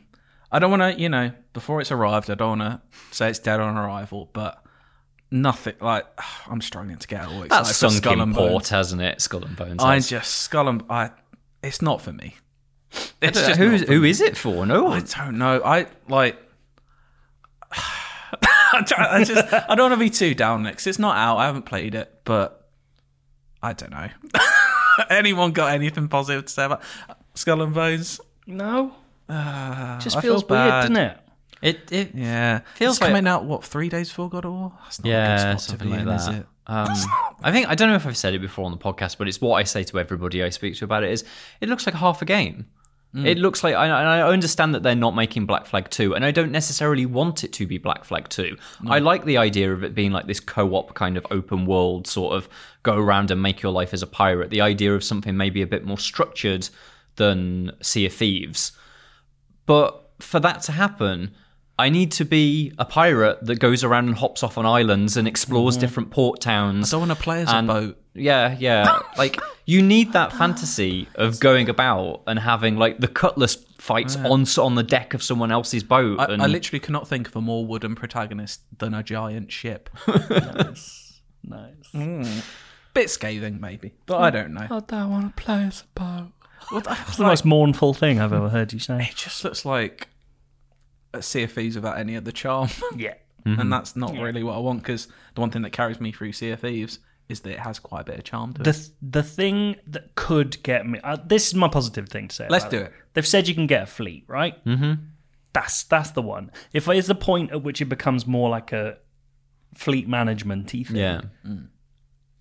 S1: I don't want to, you know, before it's arrived, I don't want to say it's dead on arrival, but nothing like (sighs) I'm struggling to get all excited
S3: That's
S1: for
S3: sunk
S1: Skull
S3: in
S1: and
S3: port,
S1: Bones.
S3: hasn't it? Skull and Bones.
S1: I
S3: has.
S1: just Skull and I, it's not for me.
S3: It's just who, who is it for? No
S1: I
S3: one.
S1: don't know. I like. (sighs) I don't- I just I don't want to be too down next. It's not out. I haven't played it, but I don't know. (laughs) Anyone got anything positive to say about Skull and Bones?
S2: No. just
S1: Uh, I feel
S2: feels weird,
S1: bad.
S2: doesn't it?
S3: It, it
S1: Yeah,
S3: Feels
S1: it's
S3: like-
S1: coming out what three days before God of War. That's not a good
S3: yeah,
S1: spot to
S3: something
S1: be
S3: like
S1: in,
S3: that.
S1: is it?
S3: Um, I think I don't know if I've said it before on the podcast, but it's what I say to everybody I speak to about it is it looks like half a game. It looks like, I, and I understand that they're not making Black Flag 2, and I don't necessarily want it to be Black Flag 2. I like the idea of it being like this co op kind of open world sort of go around and make your life as a pirate. The idea of something maybe a bit more structured than Sea of Thieves. But for that to happen, I need to be a pirate that goes around and hops off on islands and explores different port towns.
S1: So I want to play as
S3: And-
S1: a boat.
S3: Yeah, yeah.
S1: (gasps)
S3: like you need that fantasy of going about and having like the cutlass fights on on the deck of someone else's boat.
S1: I,
S3: and
S1: I literally cannot think of a more wooden protagonist than a giant ship. (laughs)
S2: Nice.
S1: Bit scathing, maybe, but I don't know.
S2: I don't want to play as a boat. That's the most mournful thing I've ever heard
S1: (laughs)
S2: you say.
S1: It just looks like a Sea of Thieves without any of the charm, (laughs)
S2: Yeah.
S1: and that's not really what I want. Because the one thing that carries me through Sea of Thieves is that it has quite a bit of charm to it.
S2: The th- the thing that could get me. Uh, this is my positive thing to say.
S1: Let's
S2: about
S1: do it.
S2: They've said you can get a fleet, right? Mm-hmm. That's that's the one. If there's the point at which it becomes more like a fleet management thing,
S3: yeah.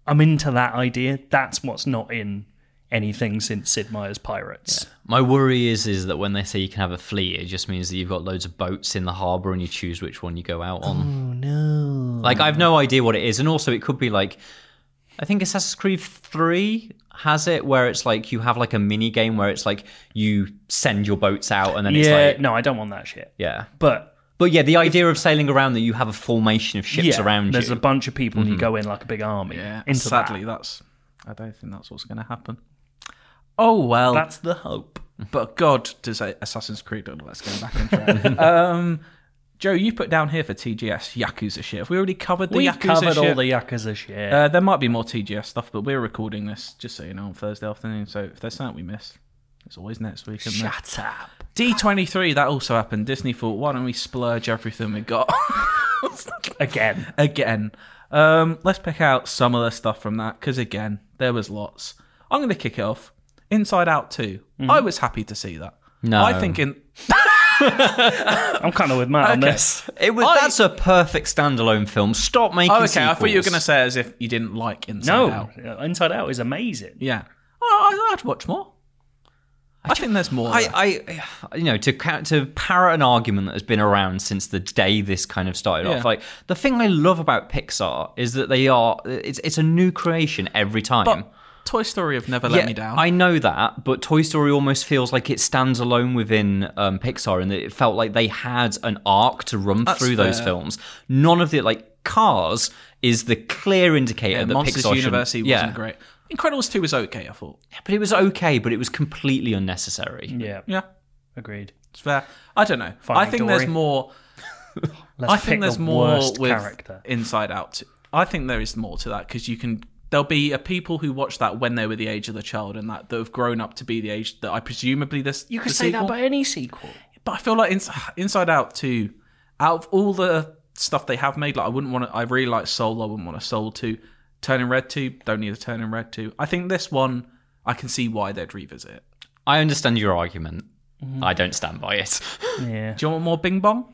S2: I'm into that idea. That's what's not in anything since Sid Meier's Pirates.
S3: My worry is is that when they say you can have a fleet, it just means that you've got loads of boats in the harbour and you choose which one you go out on.
S2: Oh no.
S3: Like I've no idea what it is, and also it could be like I think Assassin's Creed Three has it where it's like you have like a mini game where it's like you send your boats out and then it's
S2: Yeah.
S3: like
S2: no, I don't want that shit.
S3: yeah.
S2: But
S3: But yeah, the idea of sailing around that you have a formation of ships
S2: yeah,
S3: around
S2: there's
S3: you.
S2: a bunch of people and you go in like a big army.
S1: Mm-hmm. yeah,
S2: into that.
S1: sadly, that's. I don't think that's what's going to happen. Oh well,
S2: That's the hope.
S1: but God, does a- Assassin's Creed? oh, Let's go back and
S2: (laughs)
S1: try. (laughs) um, Joe, you put down here for TGS Yakuza shit. Have we already covered the
S2: we
S1: Yakuza
S2: covered
S1: shit?
S2: all the Yakuza shit.
S1: Uh, there might be more TGS stuff, but we're recording this just so you know on Thursday afternoon. So if there's something we miss, it's always next week. Isn't there?
S2: Shut up.
S1: D23, that also happened. Disney thought, why don't we splurge everything we got (laughs)
S2: Again.
S1: again? Um, let's pick out some of the stuff from that because again, there was lots. I'm going to kick it off. Inside Out 2. I was happy to see that.
S3: Mm-hmm. No.
S1: I think in
S2: I'm kind of with Matt on
S1: Okay. (laughs)
S2: this.
S3: it was,
S1: I-
S3: that's a perfect standalone film. Stop making.
S1: Oh, okay. I thought you were
S3: sequels.
S1: going to say as if you didn't like Inside
S2: No,
S1: Out.
S2: Inside Out is amazing.
S1: Yeah. Oh, I, I'd watch more. I, think there's more. there.
S3: I, I, you know, to ca- to parrot an argument that has been around since the day this kind of started
S1: Yeah.
S3: off. Like the thing I love about Pixar is that they are it's it's a new creation every time.
S1: But Toy Story have never let me down.
S3: I know that, but Toy Story almost feels like it stands alone within um, Pixar, and it felt like they had an arc to run
S1: That's
S3: through those
S1: fair.
S3: films. None of the like Cars is the clear indicator
S1: yeah,
S3: that
S1: Monsters
S3: Pixar
S1: University
S3: should, yeah.
S1: wasn't great. Incredibles 2 was okay, I thought.
S3: Yeah, but it was okay, but it was completely unnecessary.
S2: Yeah,
S1: Yeah,
S2: agreed.
S1: it's fair. I don't know.
S2: Finding
S1: I think
S2: Dory.
S1: there's more.
S2: (laughs) Let's
S1: I think
S2: pick
S1: there's
S2: the
S1: more
S2: worst
S1: with
S2: character.
S1: Inside Out. I think there is more to that because you can. There'll be a people who watch that when they were the age of the child and that that have grown up to be the age that I presumably this.
S2: You
S1: the
S2: could say that
S1: sequel-
S2: about any sequel.
S1: but I feel like ins- (sighs) Inside Out too. Out of all the stuff they have made, like I wouldn't want to. I really like Soul. I wouldn't want a Soul two. Turning Red two. Don't need a Turning Red two. I think this one. I can see why they'd revisit. it.
S3: I understand your argument.
S1: Mm-hmm.
S3: I don't stand
S1: (laughs)
S3: by it.
S2: Yeah.
S1: Do you want more Bing Bong?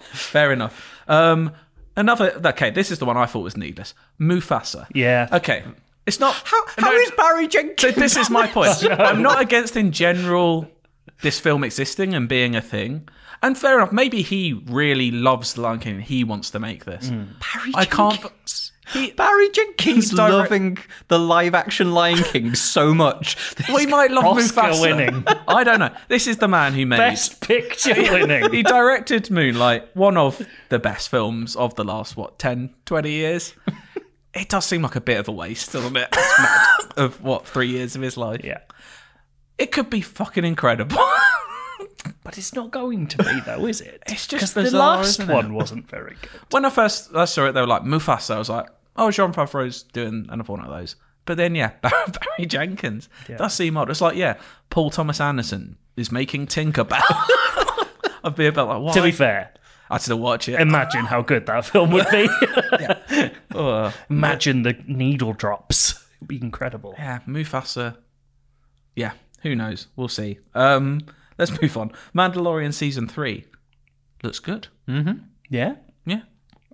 S1: Fair enough. Um, another. Okay, this is the one I thought was needless. Mufasa.
S2: Yeah.
S1: Okay. It's not. How,
S3: How is Barry Jenkins?
S1: (laughs) Th- this is my
S2: (laughs)
S1: point. I'm not against in general this film existing and being a thing. And fair enough, maybe he really loves The Lion King and he wants to make this.
S2: Hmm.
S3: Barry
S1: I can't. He,
S3: Barry Jenkins
S1: He's direct-
S3: loving the live action Lion King so (laughs) much.
S1: we might love
S2: Oscar
S1: Mufasa.
S2: winning.
S1: I don't know. This is the man who made. (laughs)
S2: Best picture
S1: He (laughs)
S2: winning.
S1: directed Moonlight, one of the best films of the last, what, 10, 20 years? It does seem like a bit of a waste, doesn't it? of what, three years of his life?
S2: yeah.
S1: It could be fucking incredible. (laughs)
S2: But it's not going to be though, is (laughs) it?
S1: It's just
S2: the
S1: bizarre,
S2: last
S1: isn't it?
S2: one wasn't very good.
S1: when I first I saw it, they were like Mufasa. I was like, oh, Jean Favreau's doing another one of those. But then, yeah, (laughs) Barry Jenkins. That That's the odd. It's like, yeah, Paul Thomas Anderson is making Tinkerbell. (laughs) I'd be about like, what?
S2: To be fair,
S1: I'd still watch it.
S2: imagine how good that film would
S1: (laughs)
S2: be. (laughs) Oh,
S1: Ugh.
S2: imagine the needle drops. It'd be incredible.
S1: yeah, Mufasa. Yeah, who knows? We'll see. Um, let's move on. Mandalorian season three looks good.
S2: Yeah.
S1: Yeah,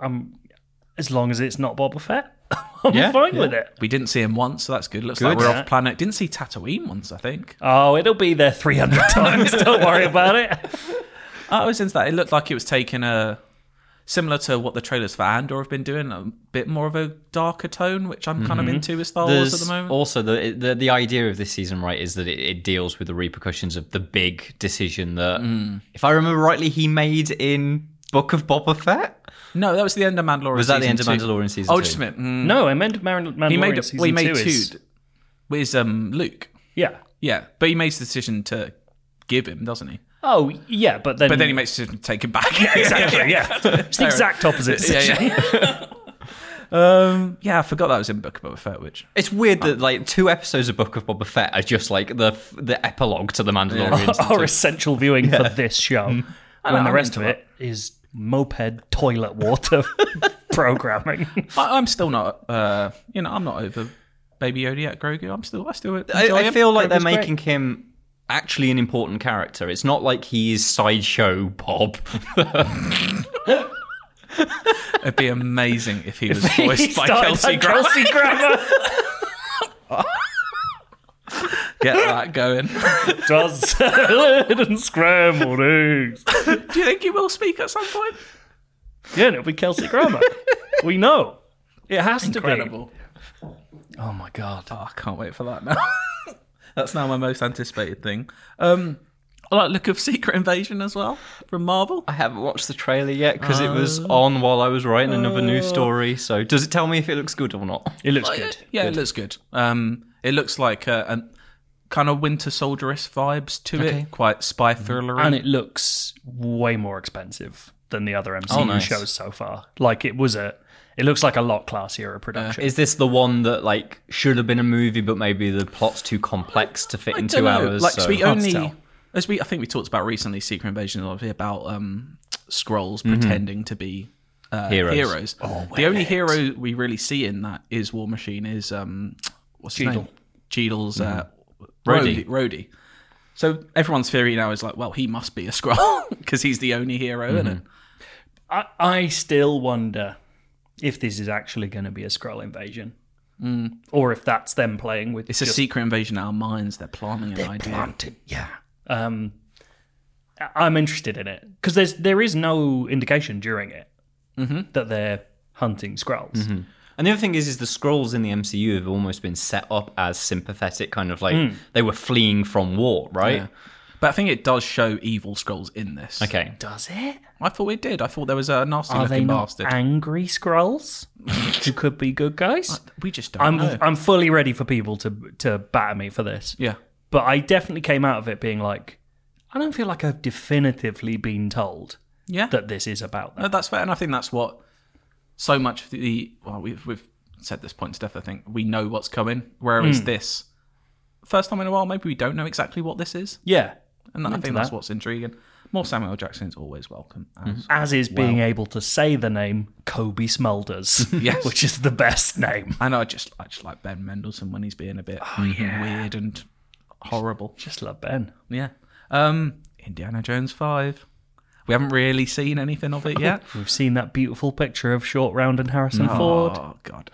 S2: Um, as long as it's not Boba Fett, (laughs) I'm
S3: Yeah,
S2: fine with it.
S1: we didn't see him once, so that's good. Looks like
S3: Good.
S1: we're
S3: Yeah.
S1: off planet. Didn't see Tatooine once, I think.
S2: Oh, it'll be there 300 (laughs) times. Don't worry about it.
S1: I was into that. Oh, It looked like it was taking a similar to what the trailers for Andor have been doing, a bit more of a darker tone, which I'm kind of into with Star Wars at
S3: Mm-hmm. There's
S1: the moment.
S3: Also, the, the the idea of this season, right, is that it, it deals with the repercussions of the big decision that, if I remember rightly, he made in Book of Boba Fett.
S1: no, that was the end of Mandalorian.
S3: Was that the end of
S1: season two.
S3: Mandalorian season?
S1: Oh,
S3: two? Mm-hmm.
S1: just a minute. Mm,
S2: No, I meant Mar- Mandalorian
S1: he made
S2: season
S1: we made
S2: two.
S1: two.
S2: is-
S1: With um, Luke,
S2: Yeah.
S1: yeah, but he makes the decision to give him, doesn't he?
S2: Oh, yeah, but then.
S1: But then he makes the decision to take him back. Hmm. (laughs) Yeah, (laughs)
S2: Exactly, yeah. It's the exact opposite.
S1: yeah,
S2: situation.
S1: yeah. um, yeah, I forgot that was in Book of Boba Fett, which
S3: It's weird that like two episodes of Book of Boba Fett are just like the the epilogue to the (laughs) Mandalorian. season two.
S2: (laughs) Our essential viewing for this show.
S1: Mm. I'm
S2: When the rest of
S1: into
S2: it is moped toilet water (laughs) programming.
S1: I, I'm still not. Uh, you know, I'm not over Baby Yoda yet, Grogu. I'm still. I still.
S3: I,
S1: enjoy
S3: I
S1: him.
S3: feel like they're
S1: Grogu's great.
S3: making him actually an important character. It's not like he is sideshow Bob.
S1: It'd be amazing (laughs) if he was (laughs) voiced by (laughs)
S2: Started
S1: Kelsey
S2: by
S1: Grammer.
S2: Kelsey Grammer.
S1: Get that going. (laughs) Do
S2: Does salad and scrambled eggs.
S1: you think he will speak at some point?
S2: Yeah, it'll be Kelsey Grammer. we know. It has
S1: Incredible.
S2: to be. Oh my god.
S1: Oh, I can't wait for that now. (laughs) That's now my most anticipated thing. Um, I like look of Secret Invasion as well from Marvel.
S3: (laughs) I haven't watched the trailer yet because it was on while I was writing another news story. So does it tell me if it looks good or not?
S2: It looks good.
S1: Yeah, it looks good. Um, it looks like a, an kind of Winter Soldier-ish vibes to it, quite spy thrillery.
S2: And it looks way more expensive than the other MCU
S1: Oh,
S3: nice.
S2: shows so far. Like it was a it looks like a lot classier a production.
S3: Is this the one that like should have been a movie, but maybe the plot's too complex to fit in
S1: I
S3: two
S1: don't know,
S3: hours?
S1: Like
S3: so-
S1: so we
S2: Hard to
S1: only,
S2: tell.
S1: as we, I think we talked about recently, Secret Invasion is obviously about um, scrolls pretending to be uh,
S3: Heroes.
S1: Mm-hmm. heroes. the only hero we really see in that is War Machine. Is um, what's his name? Cheadle's uh, Rhodey.
S3: Rhodey.
S1: Rhodey. So everyone's theory now is like, well, he must be a scroll (laughs) because he's the only hero in it.
S2: I, I still wonder if this is actually going to be a Skrull invasion, or if that's them playing with
S1: Hmm. It's a secret invasion in our minds. They're planning an idea.
S2: Yeah. Um, I- I'm interested in it because
S1: Mm-hmm.
S2: there's there is no indication during it that they're hunting Skrulls.
S3: And the other thing is, is the scrolls in the MCU have almost been set up as sympathetic, kind of like
S1: Hmm.
S3: they were fleeing from war, right?
S1: But I think it does show evil scrolls in this.
S3: Okay.
S2: Does it?
S1: I thought it did. I thought there was a nasty
S2: Are they
S1: looking
S2: not
S1: bastard.
S2: angry scrolls (laughs) who could be good guys?
S1: we just don't
S2: I'm
S1: know.
S2: I'm fully ready for people to to batter me for this.
S1: Oh. yeah.
S2: But I definitely came out of it being like, I don't feel like I've definitively been told
S1: Yeah.
S2: that this is about
S1: No,
S2: that.
S1: that's fair, and I think that's what so much of the well, we've we've said this point, Steph. I think we know what's coming.
S2: Hmm.
S1: Whereas this, first time in a while, maybe we don't know exactly what this is,
S2: Yeah.
S1: and I think
S2: that. Mm-hmm.
S1: that's what's intriguing. More Samuel Jackson is always welcome. As,
S2: As is being able to say the name Kobe Smulders, (laughs)
S1: Yes.
S2: which is the best name.
S1: And I just I just like Ben Mendelsohn when he's being a bit
S2: Oh,
S1: weird and horrible.
S2: Just love Ben.
S1: Yeah. Um, Indiana Jones Five. We haven't really seen anything of it yet.
S2: (laughs) We've seen that beautiful picture of Short Round and Harrison Ford.
S1: (laughs) Oh god,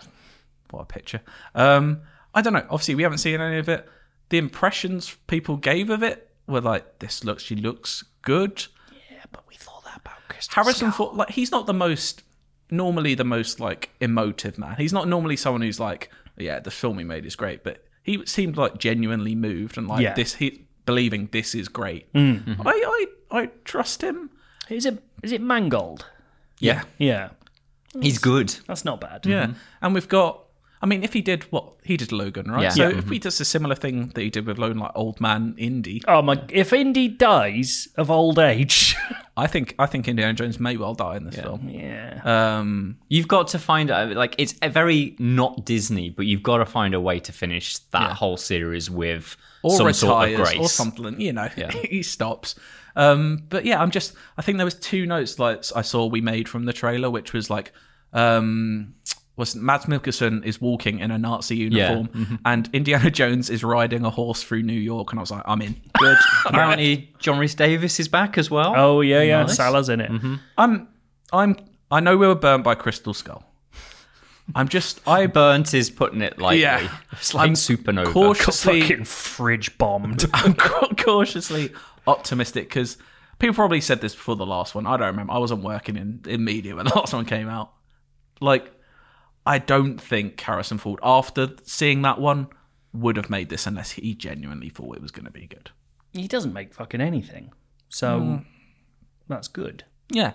S1: what a picture! Um, I don't know. Obviously, we haven't seen any of it. The impressions people gave of it were like, "This looks, she looks good."
S2: But we thought that about Christopher.
S1: Harrison Ford, like, he's not the most normally the most like emotive man. He's not normally someone who's like, "Yeah, the film he made is great," but he seemed like genuinely moved and like
S2: Yeah.
S1: this, he believing this is great. I, I, I trust him.
S2: Is it is it Mangold?
S3: Yeah.
S2: Yeah,
S3: He's good.
S2: that's not bad.
S1: Yeah. And we've got, I mean, if he did what he did Logan, right?
S3: Mm-hmm.
S1: So
S3: Yeah.
S2: Yeah.
S1: if he does a similar thing that he did with Logan, like Old Man Indy,
S2: Oh my! If Indy dies of old age, (laughs)
S1: I think I think Indiana Jones may well die in this film.
S2: yeah,
S1: Um,
S3: You've got to find out, like, it's a very not Disney, but you've got to find a way to finish that whole series with
S1: or
S3: some sort of
S1: retires
S3: grace.
S1: or something, you know, (laughs) he stops. Um, but yeah, I'm just, I think there was two notes like I saw we made from the trailer, which was like, um, was Mads Mikkelsen is walking in a Nazi uniform
S3: Mm-hmm.
S1: and Indiana (laughs) Jones is riding a horse through New York. And I was like, I'm
S3: (laughs)
S1: in.
S3: Good. Apparently, John Rhys Davis is back as well.
S2: Oh yeah, yeah. Salah's in it. Mm-hmm.
S1: I'm, I'm, I know we were burnt by Crystal Skull. I'm just, I, (laughs)
S3: Burnt is putting it lightly.
S1: Yeah.
S3: It's like
S1: I'm
S3: supernova.
S1: cautiously,
S2: Fucking fridge bombed.
S1: I'm ca- cautiously optimistic because people probably said this before the last one. I don't remember. I wasn't working in, in media when the (laughs) last one came out. Like, I don't think Harrison Ford, after seeing that one, would have made this unless he genuinely thought it was going to be good.
S2: (laughs) he doesn't make fucking anything, so that's good.
S1: Yeah,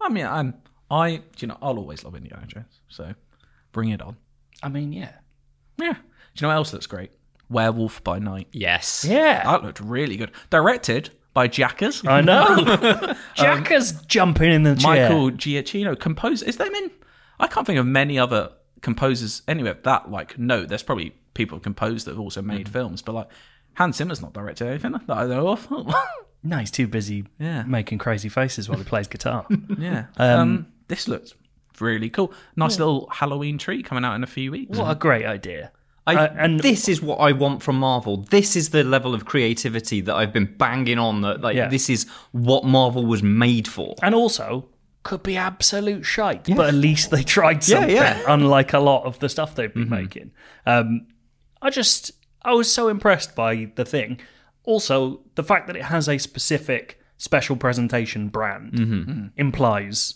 S1: I mean, I'm, I, you know, I'll always love Indiana Jones, so bring it on.
S2: I mean, yeah,
S1: Yeah. Do you know what else looks great? Werewolf by Night.
S3: Yes.
S2: yeah.
S1: That looked really good. Directed by Jackers.
S2: I (laughs) know. Jacker's jumping in the chair.
S1: Michael Giacchino composed. Is there in? I can't think of many other composers anywhere that like. No, there's probably people who composed that have also made films, but like Hans Zimmer's not directed anything that I know of.
S2: No, he's too busy
S1: Yeah.
S2: making crazy faces while he plays (laughs) guitar.
S1: yeah. (laughs) Um, this looks really cool. Nice little Halloween tree coming out in a few weeks.
S2: what a great idea!
S3: I,
S2: Uh, and-
S3: and this is what I want from Marvel. This is the level of creativity that I've been banging on. That like
S2: Yeah.
S3: this is what Marvel was made for.
S2: And also could be absolute shite, but at least they tried something.
S3: yeah. Mm-hmm.
S2: Unlike a lot of the stuff they've been making. Um, I just I was so impressed by the thing. Also, the fact that it has a specific special presentation brand
S3: Mm-hmm.
S2: implies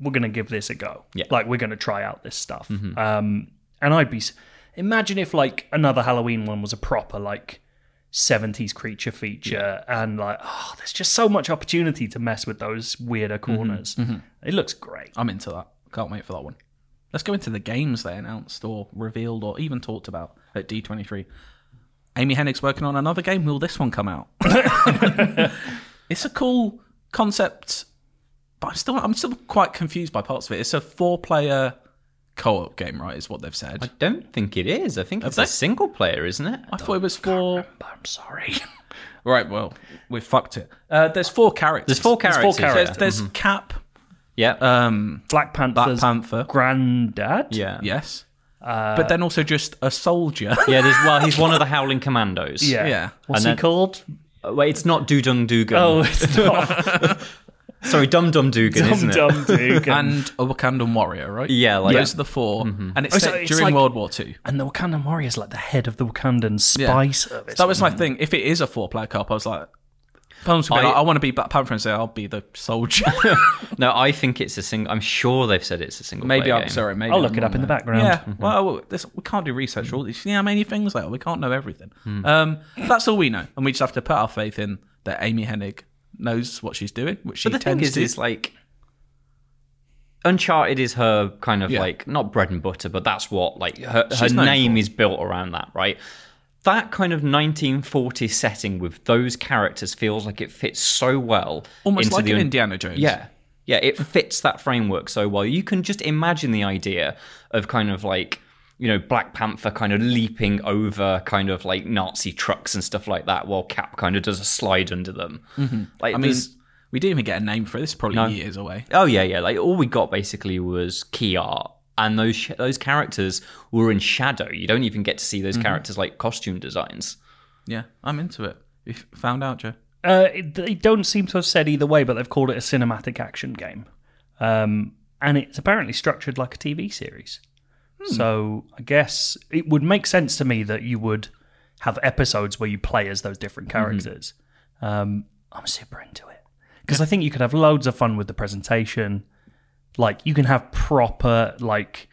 S2: we're going to give this a go.
S3: Yeah. Mm-hmm.
S2: Like we're going to try out this stuff. Um, and I'd be s- imagine if like another Halloween one was a proper like 70s creature feature and like oh there's just so much opportunity to mess with those weirder corners. It looks great. Oh,
S1: I'm into that. Can't wait for that one. Let's go into the games they announced or revealed or even talked about at D23. Amy Hennig's working on another game. Will this one come out? (laughs) it's a cool concept, but I'm still I'm still quite confused by parts of it. It's a four-player co-op game, right? Is what they've said.
S3: I don't think it is. I think it's
S1: they?
S3: a single player, isn't it?
S1: I thought it was four.
S2: I'm sorry. (laughs)
S1: Right. Well, we fucked it. Uh, there's four characters.
S3: There's four
S2: There's
S3: characters. Mm-hmm.
S2: four
S1: There's,
S2: characters.
S1: there's Cap,
S3: Yeah. Uh,
S1: um,
S2: Black
S1: Black
S2: Panther's
S1: Panther.
S2: granddad.
S3: yeah. Uh, Yeah.
S1: Yes. but then also just a
S3: (laughs)
S1: soldier.
S3: There's well, he's one of the Howling Commandos.
S2: Yeah.
S1: Yeah.
S2: What's
S3: And
S2: he
S3: then-
S2: called?
S3: Uh, Wait, it's not Doodung Dugan. (laughs)
S2: Oh, it's not
S3: sorry, Dum Dum Dugan,
S2: Dum
S3: isn't it?
S2: Dum Dugan. and,
S1: (laughs) and a Wakandan warrior, right?
S3: Yeah, like- Mm-hmm.
S1: those are the 4 and it's
S2: Oh, so
S1: set
S2: it's
S1: during
S2: like-
S1: World War Two.
S2: the Wakandan warrior's like the head of the Wakandan
S1: Yeah.
S2: spy service.
S1: That was my thing. If it is a four-player co-op, I was like, Palms will be
S3: I-
S1: like, I want to be Black Panther and say, I'll be the
S3: (laughs)
S1: soldier.
S3: No, I think it's a single. I'm sure they've said it's a single.
S1: maybe
S3: player
S1: I'm
S3: game.
S1: sorry. Maybe
S2: I'll look
S1: I'm
S2: it up
S1: wrong
S2: in the
S1: there.
S2: background. Mm-hmm.
S1: Yeah. Well, this, we can't do research for all these. You know how many things there are? We can't know everything.
S3: Hmm.
S1: Um, that's all we know, and we just have to put our faith in that Amy Hennig knows what she's doing, which she
S3: But the thing
S1: tends
S3: is,
S1: to.
S3: is like Uncharted is her kind of
S1: Yeah.
S3: like not bread and butter, but that's what like her, her
S1: She's known
S3: name
S1: for.
S3: is built around that, right? That kind of 1940s setting with those characters feels like it fits so well
S1: Almost
S3: into
S1: like
S3: the
S1: an
S3: un-
S1: Indiana Jones.
S3: Yeah. Yeah, it fits that framework so well. You can just imagine the idea of kind of like, you know, Black Panther kind of leaping over kind of like Nazi trucks and stuff like that while Cap kind of does a slide under them. Like,
S1: Mm-hmm. I mean,
S3: there's-
S1: we didn't even get a name for it. This is probably years away.
S3: oh yeah, yeah. Like all we got basically was key art, and those sh- those characters were in shadow. You don't even get to see those characters like costume designs.
S1: Yeah, I'm into it. You f- found out, Joe.
S2: Uh, it- they don't seem to have said either way, but they've called it a cinematic action game. Um, and it's apparently structured like a TV series. So I guess it would make sense to me that you would have episodes where you play as those different characters. Um, I'm super into it because I think you could have loads of fun with the presentation. Like you can have proper like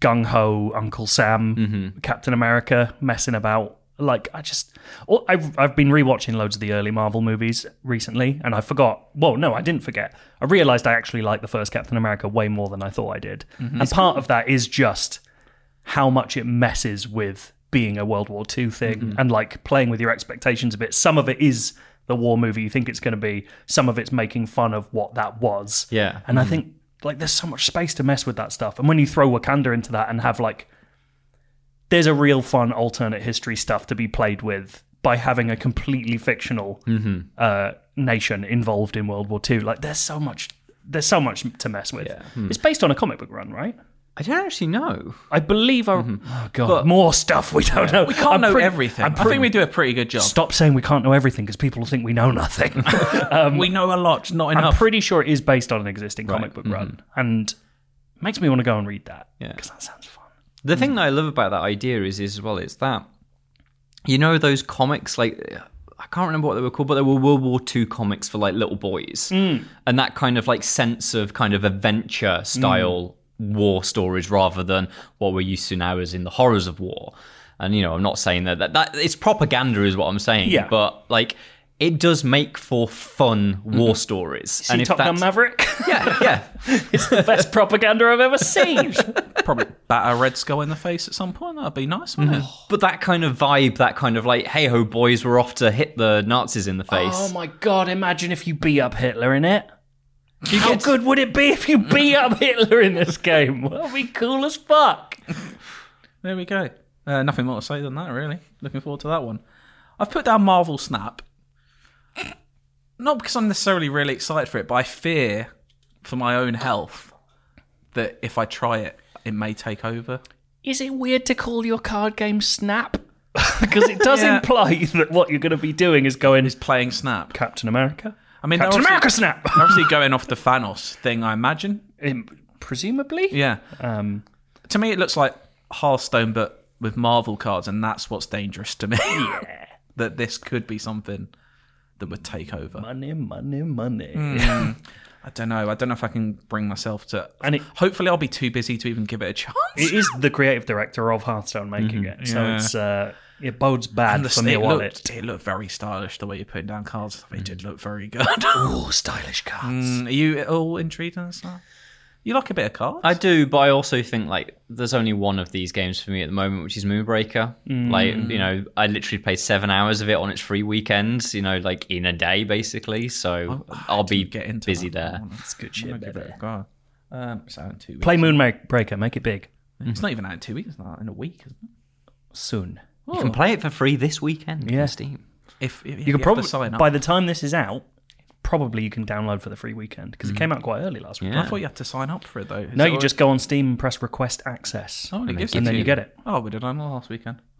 S2: gung ho Uncle Sam, Captain America messing about. Like I just, oh, I've I've been rewatching loads of the early Marvel movies recently, and I forgot. Well, no, I didn't forget. I realized I actually liked the first Captain America way more than I thought I did, and part of that is just how much it messes with being a World War II thing and like playing with your expectations a bit. Some of it is the war movie you think it's going to be. Some of it's making fun of what that was.
S3: Yeah.
S2: And I think like there's so much space to mess with that stuff. And when you throw Wakanda into that and have like there's a real fun alternate history stuff to be played with by having a completely fictional uh, nation involved in World War II. Like there's so much there's so much to mess with. It's based on a comic book run, right?
S3: I don't actually know.
S2: I believe I
S3: Mm-hmm.
S2: Oh god, more stuff we don't know. We
S1: Can't know everything. I think we do a pretty good job.
S2: Stop saying we can't know everything because people think we
S1: (laughs)
S2: know nothing.
S1: we know a lot, not
S2: I'm
S1: enough.
S2: pretty sure it is based on an existing comic book run, and makes me want to go and read that
S3: Mm-hmm. Yeah.
S2: because that sounds fun.
S3: The
S2: Mm.
S3: thing that I love about that idea is, is as well, it's that you know those comics like I can't remember what they were called, but they were World War II comics for like little boys,
S2: Mm.
S3: and that kind of like sense of kind of adventure style
S2: Mm.
S3: war stories rather than what we're used to now as in the horrors of war. And you know, I'm not saying that that, that it's propaganda is what I'm saying,
S2: Yeah.
S3: but like. It does make for fun war stories,
S2: Mm-hmm. See Top Gun
S3: that's-
S2: Maverick, (laughs)
S3: yeah, yeah,
S2: it's the best propaganda I've ever
S3: (laughs)
S2: seen.
S1: probably bat a Red Skull in the face at some point. That'd be nice, wouldn't it?
S2: Mm-hmm.
S3: But that kind of vibe, that kind of like, hey ho, boys, we're off to hit the Nazis in the face.
S2: oh my god! Imagine if you beat up Hitler in it. How good would it be if you beat up Hitler in this game? That'd be cool as fuck.
S1: There we go. Uh, nothing more to say than that, really. Looking forward to that one. I've put down Marvel Snap. Not because I'm necessarily really excited for it, but I fear for my own health that if I try it, it may take over.
S2: Is it weird to call your card game Snap? (laughs) Because it does
S1: Yeah.
S2: imply that what you're going to be doing is going is
S1: Playing Snap.
S2: Captain America.
S1: I mean,
S2: Captain
S1: they're obviously,
S2: America Snap. (laughs)
S1: they're obviously going off the Thanos thing, I imagine.
S2: Um, Presumably.
S1: Yeah.
S2: Um,
S1: To me, it looks like Hearthstone, but with Marvel cards, and that's what's dangerous to me. (laughs) that this could be something that would take over.
S2: money, money, money.
S1: Hmm. I don't know. I don't know if I can bring myself to.
S2: And it-
S1: hopefully, I'll be too busy to even give it a chance.
S2: (laughs) It is the creative director of Hearthstone making it, so
S1: Mm-hmm. yeah.
S2: it's uh, it bodes bad
S1: The-
S2: for me
S1: it,
S2: wallet. Mm.
S1: looked, it looked very stylish the way you're putting down cards. They did look very
S2: (laughs)
S1: good.
S2: Oh, stylish cards.
S1: Mm, Are you at all intrigued on this? now? You like a bit of cards?
S3: I do, but I also think like there's only one of these games for me at the moment, which is Moonbreaker. Like,
S1: Mm.
S3: you know, I literally played seven hours of it on its free weekends, you know, like in a day basically. So I'll be
S1: Oh, get into
S3: busy
S1: that.
S3: there.
S2: That's good shit.
S1: Give
S2: baby.
S1: it a go. Um, it's out in two weeks.
S2: Play Moonbreaker, make it big
S1: It's not even out in two weeks. It's not out in a week. Isn't it?
S2: soon.
S3: You can play it for free this weekend
S2: Yeah.
S3: on Steam.
S1: If, if
S2: You
S1: have
S2: could
S1: to
S2: probably
S1: sign up.
S2: by the time this is out, probably you can download for the free weekend
S1: Mm.
S2: because it came out quite early last week.
S1: I thought you had to sign up for it though. Is
S2: No,
S1: it
S2: you
S1: already-
S2: just go on Steam and press request access,
S1: Oh, and it gives
S2: and
S1: it
S2: then
S1: to
S2: you get it.
S1: Oh, we did on last weekend. (laughs)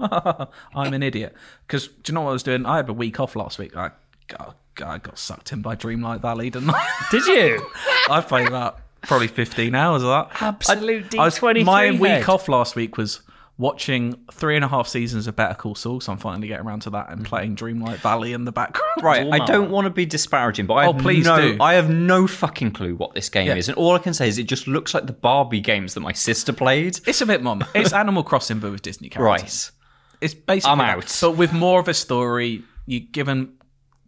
S1: I'm an idiot. Because do you know what I was doing? I had a week off last week. I, I, I got sucked in by Dreamlight Valley, didn't I?
S2: (laughs) Did you?
S1: I played about probably 15 hours of that.
S2: Absolute
S1: I was,
S2: D23
S1: my week
S2: head.
S1: off last week was watching three and a half seasons of Better Call Saul. So I'm finally getting around to
S2: Mm-hmm.
S1: that and playing Dreamlight Valley in the background.
S3: Right, I don't want to be disparaging, but I
S1: Oh,
S3: have
S1: please
S3: no,
S1: do.
S3: I have no fucking clue what this game
S1: Yeah.
S3: is, and all I can say is it just looks like the Barbie games that my sister played.
S1: It's a bit mum. It's Animal Crossing, but with Disney characters.
S3: Right.
S1: It's basically
S3: I'm
S1: that,
S3: out.
S1: but with more of a story. You're given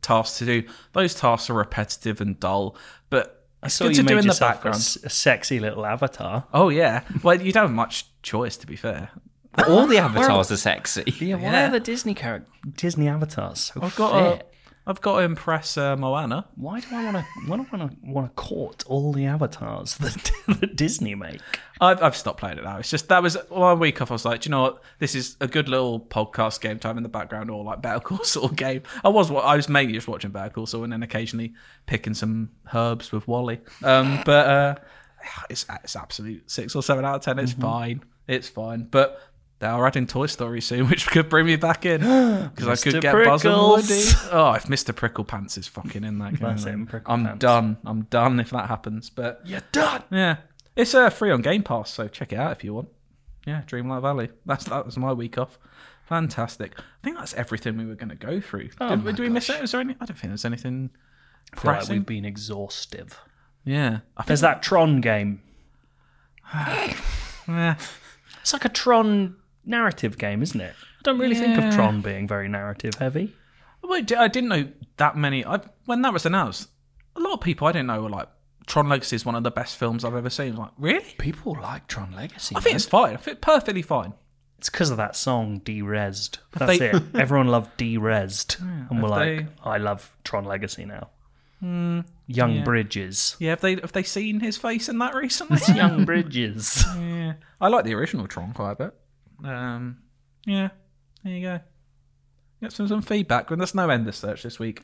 S1: tasks to do. Those tasks are repetitive and dull, but it's
S2: So
S1: good to
S2: you
S1: do
S2: made
S1: in the
S2: yourself a
S1: background.
S2: s- A, sexy little avatar.
S1: Oh yeah. Well, you don't have much choice, to be fair. (gasps)
S3: All the avatars are sexy.
S2: Yeah,
S1: (laughs)
S2: why
S1: Yeah.
S2: are the Disney character Disney avatars so
S1: I've got
S2: fit?
S1: to, I've got to impress uh, Moana.
S2: Why do I want to? Why do I want to want to court all the avatars (laughs) that, that Disney make?
S1: I've, I've stopped playing it now. It's just that was one week off. I was like, do you know what? This is a good little podcast game time in the background, or like Better Call Saul (laughs) game. I was wa- I was mainly just watching Better Call Saul and then occasionally picking some herbs with Wally. Um, but uh, it's it's absolute six or seven out of ten. It's fine. It's fine. But they are adding Toy Story soon, (laughs) which could bring me back in because I could
S2: Mr.
S1: get Buzz and
S2: Prickles.
S1: Woody. Oh, if Mister Prickle Pants is fucking in that game,
S2: That's
S1: then
S2: him, Prickle
S1: I'm
S2: Pants.
S1: done. I'm done if that happens. But
S2: You're done.
S1: yeah, it's uh, free on Game Pass, so check it out if you want. Yeah, Dreamlight Valley. That's that was my week off. Fantastic. I think that's everything we were going to go through.
S2: Oh
S1: Did, did we miss it? Was there any? I don't think there's anything
S2: Right,
S1: pressing.
S2: we've been exhaustive.
S1: Yeah, I think
S2: There's that Tron game.
S1: yeah.
S2: It's like a Tron narrative game, isn't it? I don't really think
S1: Yeah.
S2: of Tron being very narrative heavy.
S1: Well, I di- I didn't know that many. I when that was announced, a lot of people I didn't know were like, "Tron Legacy is one of the best films I've ever seen." I'm like, really?
S2: People like Tron Legacy.
S1: I think it's fine. I think perfectly fine.
S2: It's because of that song, Derezed. That's
S1: they-
S2: (laughs) it. Everyone loved Derezed. and we're
S1: if
S2: like, I love Tron Legacy now. Hmm, Young (laughs) Bridges.
S1: Yeah, have they have they seen his face in that recently?
S2: Young Bridges.
S1: yeah, (laughs) I like the original Tron quite a bit. Um, yeah, there you go. Get some some feedback. And there's no end to search this week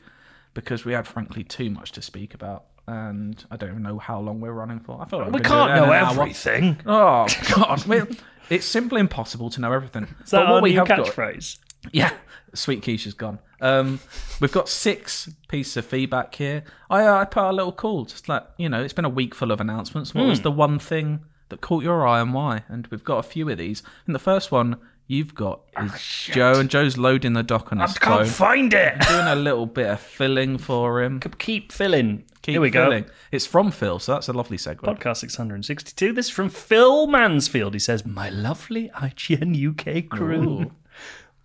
S1: because we had frankly too much to speak about, and I don't even know how long we're running for. I feel like
S2: we
S1: we've been doing
S2: can't
S1: it in
S2: know
S1: an hour.
S2: everything.
S1: Oh God, (laughs) We're- it's simply impossible to know everything.
S2: Is that
S1: But what
S2: our
S1: we
S2: new
S1: have got-
S2: catchphrase?
S1: yeah, sweet Keisha's gone. Um, we've got six pieces of feedback here. I uh, I put out a little call, just like you know, it's been a week full of announcements. What
S2: Hmm.
S1: was the one thing that caught your eye and why? And we've got a few of these. And the first one you've got
S2: Ah,
S1: is Joe, and Joe's loading the dock on
S2: I
S1: his
S2: can't
S1: phone,
S2: find (laughs) it.
S1: doing a little bit of filling for him.
S2: Keep filling.
S1: Keep
S2: Here we
S1: filling.
S2: go.
S1: It's from Phil, so that's a lovely segue.
S2: Podcast 662. This is from Phil Mansfield. He says, My lovely IGN UK crew.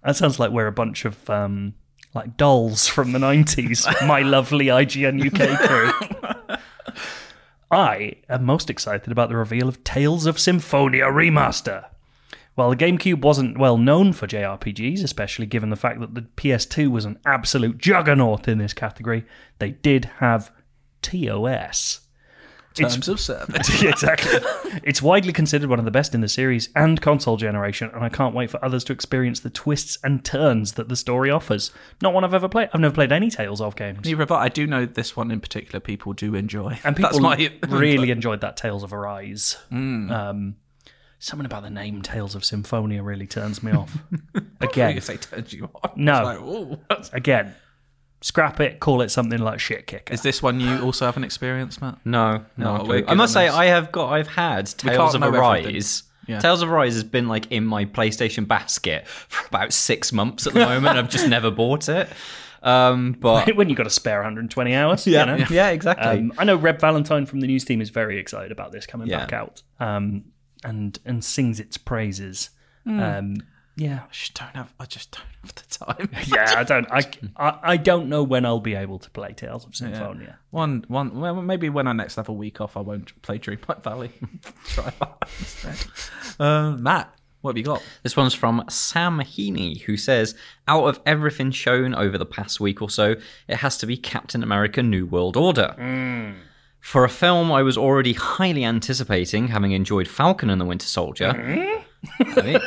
S2: That sounds like we're a bunch of um, like dolls from the 90s. My lovely IGN UK crew. I am most excited about the reveal of Tales of Symphonia Remaster. While the GameCube wasn't well known for JRPGs, especially given the fact that the PS2 was an absolute juggernaut in this category, they did have TOS. It's-
S1: Terms of
S2: (laughs)
S1: service.
S2: Yeah, exactly. it's widely considered one of the best in the series and console generation, and I can't wait for others to experience the twists and turns that the story offers. Not one I've ever played. I've never played any Tales of games.
S1: Neither have I. I do know this one in particular. People do enjoy,
S2: And people
S1: That's my (laughs) Mm.
S2: really enjoyed that Tales of Arise. Um, something about the name Tales of Symphonia really turns me
S1: (laughs)
S2: off.
S1: You
S2: Again,
S1: say turns you on.
S2: No.
S1: It's like, ooh, that's-
S2: again, scrap it. Call it something like shit kicker.
S1: Is this one you also have an experience, Matt?
S3: No, no.
S1: No,
S3: clue.
S1: we're good
S3: I must
S1: on
S3: say,
S1: this.
S3: I have got, I've had
S1: can't
S3: Tales of
S1: know everything.
S3: Arise.
S1: Yeah.
S3: Tales of Arise has been like in my PlayStation basket for about six months at the moment.
S1: (laughs)
S3: I've just never bought it. Um,
S2: (laughs)
S3: but
S2: when you got a spare 120 hours,
S3: yeah,
S2: you know?
S3: yeah,
S2: (laughs)
S3: exactly.
S2: Um, I know Reb Valentine from the news team is very excited about this coming
S3: Yeah.
S2: back out, um, and and sings its praises. Um, yeah,
S1: I just don't have. I just don't have the (laughs) time.
S2: yeah. I don't. I, I I don't know when I'll be able to play Tales of Symphonia.
S1: One, one. Well, maybe when I next have a week off, I won't play Dreamlight Valley. (laughs) Try that instead. Um, Matt, what have you got?
S3: This one's from Sam Heaney, who says, Out of everything shown over the past week or so, it has to be Captain America New World Order. For a film I was already highly anticipating, having enjoyed Falcon and the Winter Soldier, I, mean,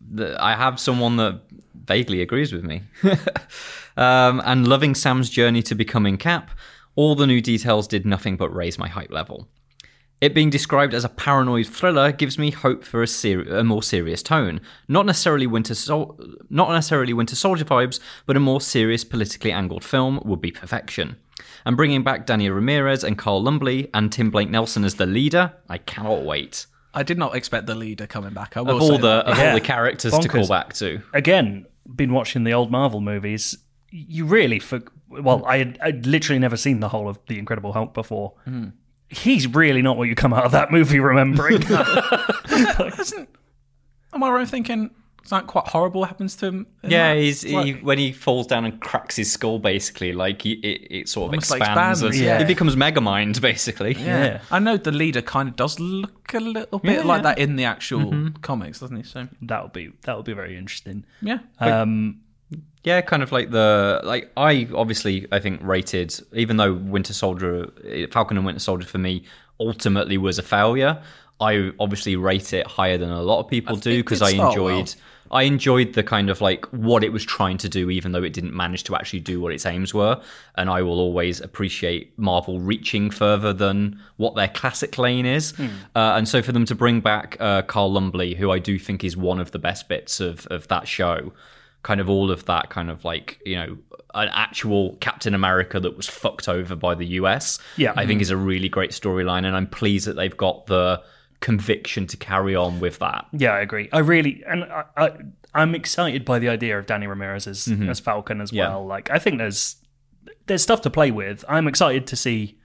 S3: the- I have someone that vaguely agrees with me. (laughs) um, and loving Sam's journey to becoming Cap, all the new details did nothing but raise my hype level. It being described as a paranoid thriller gives me hope for a, ser- a more serious tone, not necessarily Winter Sol- not necessarily Winter Soldier vibes, but a more serious, politically angled film would be perfection. And bringing back Daniel Ramirez and Carl Lumbly and Tim Blake Nelson as the leader, I cannot wait.
S1: I did not expect the leader coming back. I will
S3: Of all
S1: say
S3: the
S1: that.
S3: of
S2: Yeah.
S3: all the characters to call
S2: Bonkers.
S3: back to.
S2: again, been watching the old Marvel movies. You really, for, well, I had I'd literally never seen the whole of the Incredible Hulk before. He's really not what you come out of that movie remembering.
S1: Isn't, am I right thinking something quite horrible happens to him? in
S3: Yeah,
S1: that?
S3: he's he,
S1: Like-
S3: when he falls down and cracks his skull, basically, like he, it, it sort of
S1: Almost like
S3: expands.
S1: expands,
S3: as-
S2: yeah.
S3: He becomes Megamind,
S2: (laughs)
S3: basically.
S2: yeah.
S1: I know the leader kind of does look a little bit
S3: Yeah,
S1: like
S3: yeah.
S1: that in the actual comics, doesn't he? So
S2: (laughs) that would be that would be very interesting.
S1: yeah,
S2: Um,
S3: Yeah, kind of like the like I obviously I think rated even though Winter Soldier, Falcon and Winter Soldier for me ultimately was a failure. I obviously rate it higher than a lot of people do
S1: it
S3: because
S1: did
S3: I
S1: start
S3: enjoyed I enjoyed the kind of like what it was trying to do even though it didn't manage to actually do what its aims were and I will always appreciate Marvel reaching further than what their classic lane is. Uh, and so for them to bring back uh, Carl Lumbly who I do think is one of the best bits of of that show kind of all of that kind of like you know an actual Captain America that was fucked over by the US.
S2: Yeah.
S3: I think is a really great storyline, and I'm pleased that they've got the conviction to carry on with that.
S2: yeah, I agree. I really and I, I I'm excited by the idea of Danny Ramirez as
S1: Mm-hmm.
S2: as Falcon as
S3: Yeah.
S2: well. Like I think there's there's stuff to play with. I'm excited to see.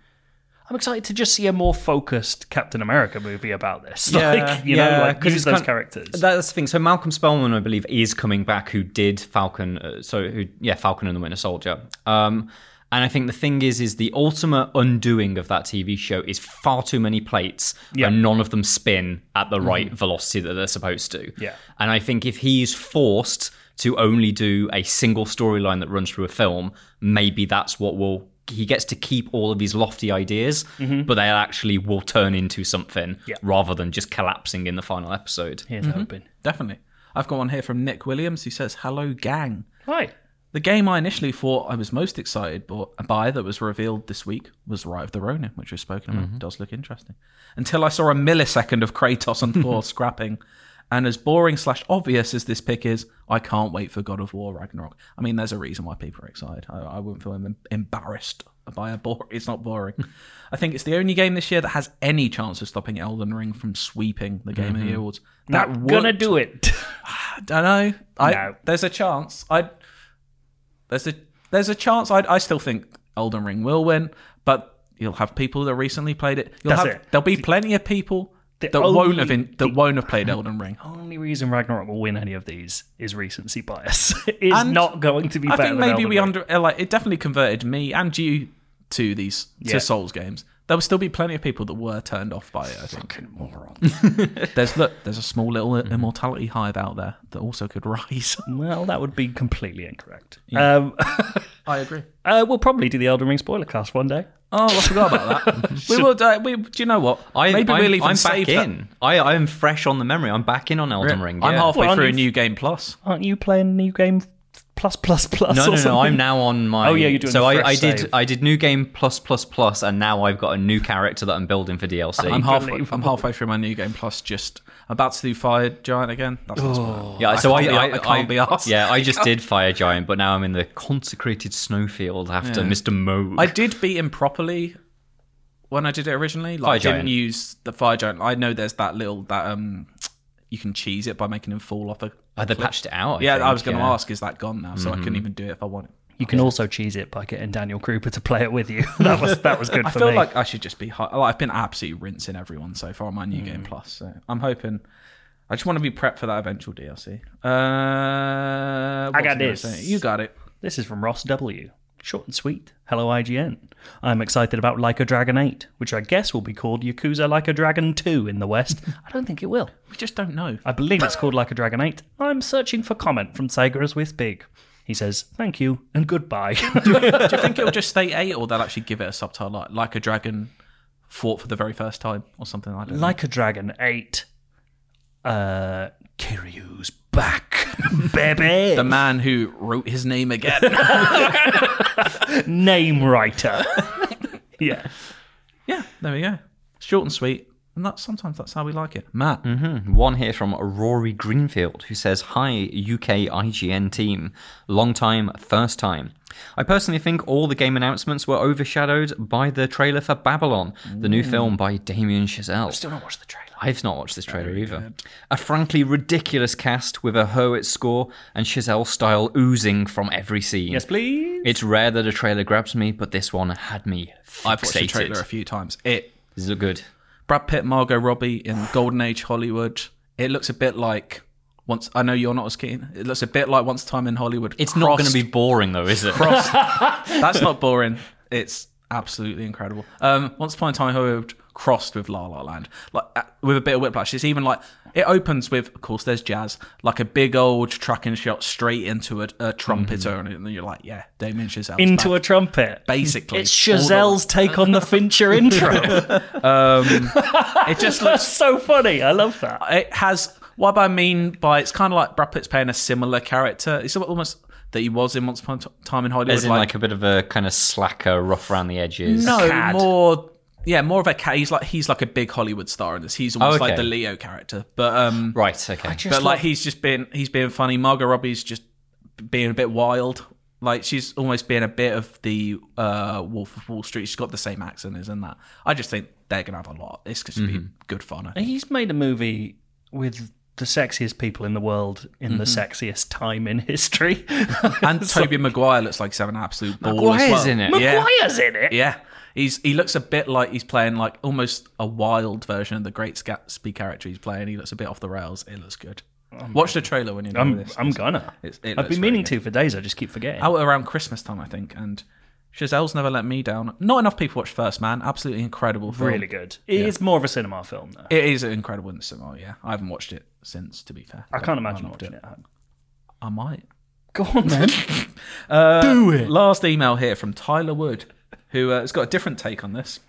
S2: I'm excited to just see a more focused Captain America movie about this. (laughs)
S3: Yeah,
S2: like you
S3: yeah,
S2: know, like
S3: 'cause
S2: use
S3: it's
S2: those
S3: kind-
S2: characters.
S3: That's the thing. So Malcolm Spellman, I believe, is coming back. Who did Falcon? Uh, so who? Yeah, Falcon and the Winter Soldier. Um, and I think the thing is, is the ultimate undoing of that TV show is far too many plates,
S2: Yeah. Mm-hmm.
S3: and none of them spin at the right velocity that they're supposed to.
S2: Yeah.
S3: And I think if he's forced to only do a single storyline that runs through a film, maybe that's what will he gets to keep all of his lofty ideas, but they actually will turn into something
S2: Mm-hmm. Yeah.
S3: rather than just collapsing in the final episode.
S2: Here's
S1: Mm-hmm.
S2: hoping.
S1: definitely. I've got one here from Nick Williams who says, "Hello, gang."
S2: Hi.
S1: The game I initially thought I was most excited bo- by that was revealed this week was Right of the Ronin, which we've spoken
S2: Mm-hmm.
S1: about. It does look interesting. Until I saw a millisecond of Kratos and
S2: (laughs)
S1: Thor scrapping. And as boring slash obvious as this pick is, I can't wait for God of War Ragnarok. I mean, there's a reason why people are excited. I, I wouldn't feel em- embarrassed by a bore. It's not boring.
S2: (laughs)
S1: I think it's the only game this year that has any chance of stopping Elden Ring from sweeping the Game of the Year awards. That
S2: Mm-hmm. Not gonna
S1: would-
S2: do it. (laughs)
S1: don't know. I
S2: No.
S1: there's a chance. I there's a there's a chance. I I still think Elden Ring will win, but you'll have people that recently played it. You'll
S2: That's
S1: have
S2: it.
S1: there'll be plenty of people
S2: the
S1: that won't have
S2: only-
S1: in, that won't have
S2: (laughs)
S1: played Elden Ring.
S2: Only reason Ragnarok will win any of these is recency bias. (laughs) it's
S1: And
S2: not going to be.
S1: I
S2: better
S1: think
S2: than
S1: maybe
S2: Elden
S1: we
S2: Ring.
S1: under uh, like it definitely converted me and you to these
S2: Yeah.
S1: to Souls games. There will still be plenty of people that were turned off by it. I think.
S2: Fucking moron.
S1: There's look, there's a small
S2: (laughs)
S1: little
S2: Mm-hmm.
S1: immortality hive out there that also could (laughs) rise.
S2: Well, that would be completely incorrect. Um, (laughs)
S1: I agree.
S2: uh, we'll probably do the Elden Ring spoiler cast one day.
S1: Oh, I forgot about
S3: (laughs)
S1: that. we will. Uh, we, do you know what?
S3: I,
S1: Maybe
S3: I'm,
S1: we'll even
S3: I'm
S1: save
S3: back
S1: that-
S3: in. I, I'm fresh on the memory. I'm back in on Elden Ring.
S1: I'm
S3: yeah.
S1: halfway
S2: Well,
S1: through a
S2: aren't you-
S1: new game plus.
S2: Aren't you playing new game plus plus plus? or
S3: No, no, no. I'm
S2: something?
S3: now on my.
S2: Oh, yeah, you're doing
S3: So
S2: the
S3: I,
S2: fresh
S3: I did.
S2: save.
S3: I did new game plus plus plus, and now I've got a new character that I'm building for DLC.
S1: I'm halfway.
S2: Unbelievable.
S1: I'm halfway through my new game plus. Just about to do Fire Giant again. That's not smart.
S3: Oh. yeah, so I,
S1: can't be-
S3: I,
S1: I can't be arsed.
S3: Yeah, I just did Fire Giant, but now I'm in the consecrated snowfield after Mr. Moog.
S1: I did beat him properly when I did it originally. Like,
S3: Fire
S1: I didn't
S3: Giant.
S1: use the Fire Giant. I know there's that little that um, you can cheese it by making him fall off a.
S3: Oh, they patched it out. I
S1: yeah, I
S3: think,
S1: was going to
S3: yeah. Mm-hmm.
S1: ask, is that gone now? So I couldn't even do it if I wanted.
S2: You can also cheese it by getting Daniel Krupa to play it with you. (laughs) that was that was
S3: (laughs)
S2: good
S1: I
S2: for
S1: feel
S2: me.
S1: like I should just be. High. Like, I've been absolutely rinsing everyone so far on my new
S2: Mm.
S1: game plus. So I'm hoping. I just want to be prepped for that eventual DLC. Uh, what was
S2: got
S1: gonna
S2: this.
S1: say? You got it.
S2: This is from Ross W. Short and sweet. Hello, IGN. I'm excited about Like a Dragon 8, which I guess will be called Yakuza Like a Dragon 2 in the
S3: (laughs)
S2: West. I don't think it will.
S1: We just don't know.
S2: I believe it's called Like a Dragon 8. I'm searching for comment from Sega as with Big. He says, thank you and goodbye. (laughs)
S1: Do you think it'll just stay eight, or they'll actually give it a subtitle like "Like a Dragon Fought for the Very First Time" or something like that?
S2: like a Dragon 8. Uh, Kiryu's back, (laughs) baby.
S1: the man who wrote his name
S2: (laughs)
S1: again.
S2: Name writer. yeah. (laughs)
S1: yeah, there we go. Short and sweet. And that sometimes that's how we like it. Matt,
S3: One here from Rory Greenfield who says, Hi, UK IGN team. Long time, first time. I personally think all the game announcements were overshadowed by the trailer for Babylon, the
S1: Mm.
S3: new film by Damien Chazelle. I've still not watched the trailer. I've not watched this trailer either. A frankly ridiculous cast with a Hurwitz score and Chazelle style oozing from every scene.
S2: Yes, please.
S3: It's rare that a trailer grabs me, but this one had me fixated.
S1: I've watched the trailer a few times. It
S3: This is good.
S1: Brad Pitt, Margot Robbie in Golden Age Hollywood. It looks a bit like once. I know you're not as keen. It looks a bit like Once Time in Hollywood.
S3: It's not going
S1: crossed-
S3: to be boring though, is it?
S1: crossed. (laughs) That's not boring. It's absolutely incredible. Um, Once Upon a Time in Hollywood crossed with La La Land, like uh, with a bit of whiplash. It's even like it opens with, of course, there's jazz, like a big old tracking shot straight into a, a trumpet tone, and then you're like, yeah, Damien Chazelle
S2: Mm-hmm. Into a trumpet.
S1: basically.
S2: It's Chazelle's take on the Fincher (laughs) intro.
S1: It just looks
S2: That's (laughs) so funny. I love that.
S1: it has what I mean by it's kind of like Brad Pitt's playing a similar character. It's almost that he was in Once Upon a Ti- Time in Hollywood,
S3: As in, like, a bit of a kind of slacker, rough around the edges.
S1: no
S2: cad.
S1: more. Yeah, more of a cat. He's like he's like a big Hollywood star in this. He's almost
S3: Okay.
S1: like the Leo character, but um,
S3: Right, okay.
S1: but like he's just been he's being funny. Margot Robbie's just being a bit wild. Like she's almost being a bit of the uh, Wolf of Wall Street. She's got the same accent, isn't that? I just think they're gonna have a lot. It's gonna
S3: Mm-hmm.
S1: be good fun. I think.
S2: He's made a movie with the sexiest people in the world in the sexiest time in (laughs) history.
S3: (laughs)
S1: And Toby Maguire looks like he's having an absolute ball.
S3: Maguire's
S1: as well.
S3: in it.
S1: Yeah.
S2: Maguire's in it.
S1: Yeah, he's he looks a bit like he's playing like almost a wild version of the Great Gatsby character he's playing. He looks a bit off the rails. It looks good. Watch the trailer when you know
S2: I'm,
S1: this.
S2: I'm gonna.
S1: It's- it
S2: I've
S1: looks
S2: been meaning
S1: really
S2: to for days. I just keep forgetting.
S1: Out around Christmas time, I think, and Chazelle's never let me down. Not enough people watch First Man. Absolutely incredible film.
S2: really good. It's more of a cinema film though.
S1: It is incredible in the cinema. Yeah, I haven't watched it since. To be fair,
S2: I can't imagine watching it.
S1: I might.
S2: Go on then.
S1: Do it. Uh, Last email here from Tyler Wood, who uh, has got a different take on this.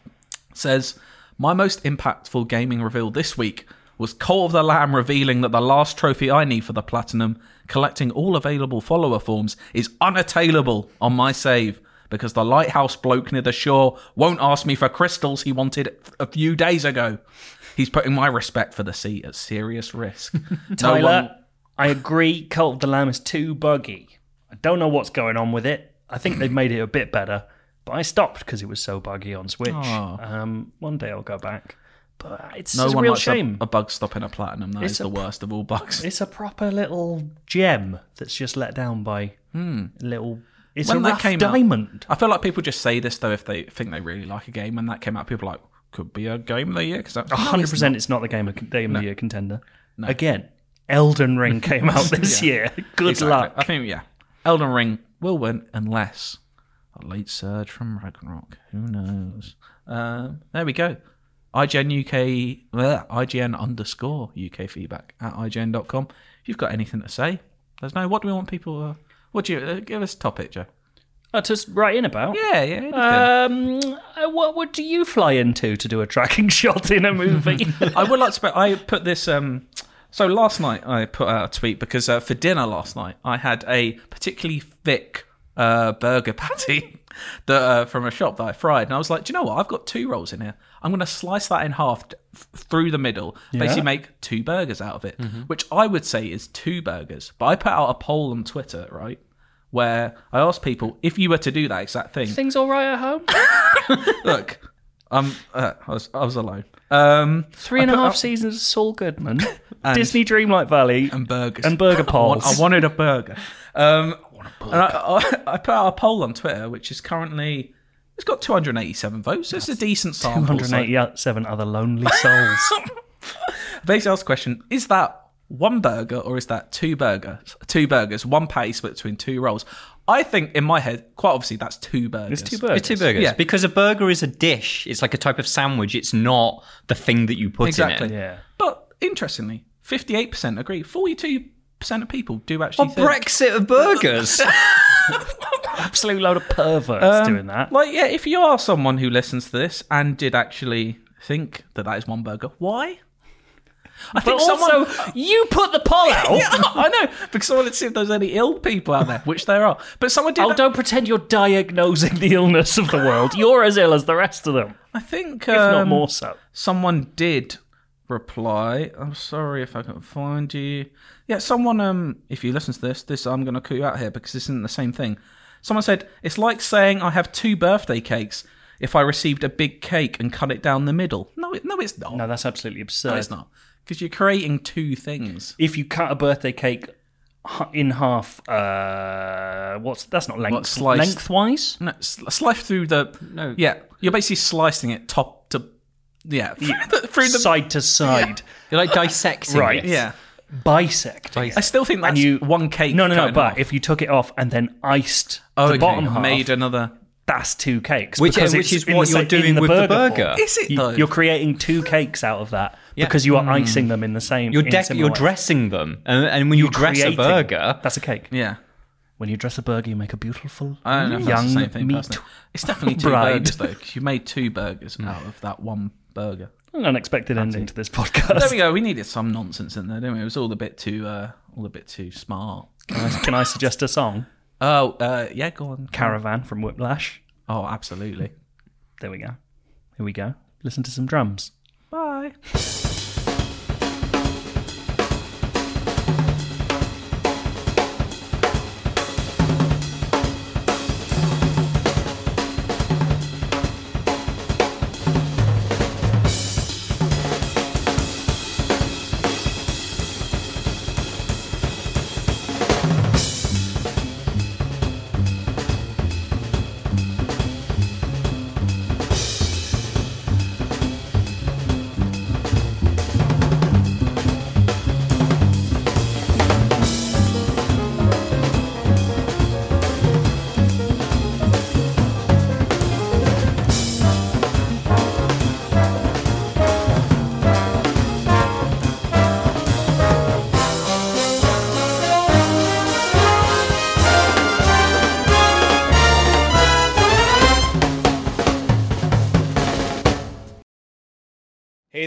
S1: Says, My most impactful gaming reveal this week was Cole of the Lamb revealing that the last trophy I need for the Platinum, collecting all available follower forms, is unattainable on my save because the lighthouse bloke near the shore won't ask me for crystals he wanted a few days ago. He's putting my respect for the sea at serious
S2: (laughs)
S1: risk. (laughs) No
S2: Tyler,
S1: one-
S2: I agree. Cult of the Lamb is too buggy. I don't know what's going on with it. I think they've made it a bit better, but I stopped because it was so buggy on Switch. Um, one day I'll go back, but it's
S1: Ah. no
S2: a
S1: one
S2: real
S1: likes a-
S2: shame.
S1: A, bug stopping a platinum. That is
S2: It's a
S1: the
S2: pr-
S1: worst of all
S2: (laughs)
S1: bugs.
S2: It's a proper little gem that's just let down by little. It's
S1: Hmm. When
S2: a
S1: that
S2: rough
S1: came out-
S2: diamond.
S1: I feel like people just say this though if they think they really like a game. When that came out, people were like could be a game of the year because
S2: A hundred percent, it's not the game of game of the year contender. Again, Elden Ring came out this year. Good luck.
S1: I think yeah, Elden Ring will win unless a late surge from Ragnarok. Who knows? Um, there we go. IGN UK, bleh, IGN underscore UK feedback at IGN.com. If you've got anything to say, there's no. What do we want people? Uh, what do you uh, give us a topic, Joe?
S2: Oh, just write in about.
S1: Yeah, yeah. anything.
S2: Um, uh, what would you fly into to do a tracking (laughs) shot in
S1: (laughs)
S2: a movie?
S1: I would like to. But I put this. Um, so last night I put out a tweet because uh, for dinner last night I had a particularly thick uh, burger (laughs) patty that uh, from a shop that I fried, and I was like, do you know what? I've got two rolls in here. I'm going to slice that in half d- f- through the middle, basically make two burgers out of it, which I would say is two burgers. But I put out a poll on Twitter, right? Where I asked people if you were to do that exact thing,
S2: Things all right at home?
S1: look, um, uh, I was I was alone. Um,
S2: Three and a half seasons of Saul Goodman, Disney Dreamlight Valley, and,
S1: burgers
S2: Burger
S1: I want-
S2: Poles.
S1: I wanted a burger. Um, And I, I, I put out a poll on Twitter, which is currently it's got 287 votes. So it's a decent sample. So
S2: 187 other lonely
S1: (laughs)
S2: souls.
S1: basically, I asked the question: Is that one burger or is that two burgers? Two burgers, one patty split between two rolls. I think in my head, quite obviously, that's two burgers.
S2: It's two burgers.
S3: It's two burgers.
S1: Yeah.
S3: Because a burger is a dish. It's like a type of sandwich. It's not the thing that you put
S1: Exactly.
S3: in it.
S2: Yeah.
S1: But interestingly, 58% agree. 42% of people do actually. think-
S3: Brexit of burgers.
S2: Absolute load of perverts
S1: Um,
S2: doing that.
S1: Like, yeah, if you are someone who listens to this and did actually think that that is one burger, why? I
S2: But
S1: think
S2: also,
S1: someone.
S2: you put the poll out.
S1: (laughs) I know because I wanted to see if there's any ill people out there, which there are. But someone did.
S2: Oh, don't pretend you're diagnosing the illness of the world. You're as ill as the rest of them,
S1: I think
S2: if not
S1: um,
S2: more so.
S1: someone did reply. I'm sorry if I can't find you. Yeah, someone. Um, if you listen to this, this I'm going to cut you out here because this isn't the same thing. Someone said it's like saying I have two birthday cakes. If I received a big cake and cut it down the middle, no, it, no, it's not.
S2: No, that's absolutely absurd.
S1: No, it's not because you're creating two things.
S2: If you cut a birthday cake h- in half, uh, what's that's not length,
S1: sliced?
S2: lengthwise.
S1: No, sl- slice through the. No. Yeah, you're basically slicing it top to. Yeah, (laughs) through the. Through the
S2: side to side,
S3: (laughs) You're like dissecting
S2: Right,
S3: it.
S1: yeah,
S2: bisect.
S3: Dissect.
S1: I still think that's
S2: And you
S1: one cake.
S2: No, no, no.
S1: cutting
S2: But
S1: off.
S2: if you took it off and then iced
S1: oh,
S2: the
S1: okay,
S2: bottom half,
S1: made another.
S2: that's two cakes.
S3: Which-
S2: because
S3: which
S2: it's
S3: is
S2: in
S3: what
S2: the
S3: you're
S2: sa- in
S3: doing with the
S2: burger.
S3: burger.
S2: form.
S1: Is it though?
S2: You, you're creating two cakes out of that
S3: Yeah.
S2: because you are icing them in the same.
S3: You're
S2: in
S3: deck.
S2: similar
S3: You're
S2: ways.
S3: dressing them, and, and when you dress
S2: creating-
S3: a burger,
S2: That's a cake.
S1: yeah.
S2: When you dress a burger, you make a beautiful
S1: I don't know if that's
S2: young
S1: the same thing.
S2: meat.
S1: personally. It's definitely two
S2: bride. Mm.
S1: burgers though, 'cause you made two burgers out of that one burger.
S2: An unexpected ending to this
S1: There
S2: podcast.
S1: we go. We needed some nonsense in there, didn't we? It was all a bit too, uh, all a bit too smart.
S2: Can I- Can I suggest a song?
S1: Oh, uh, yeah. Go on.
S2: Caravan from Whiplash.
S1: Oh, absolutely.
S2: There we go. Here we go. Listen to some drums.
S1: Bye.
S4: Hey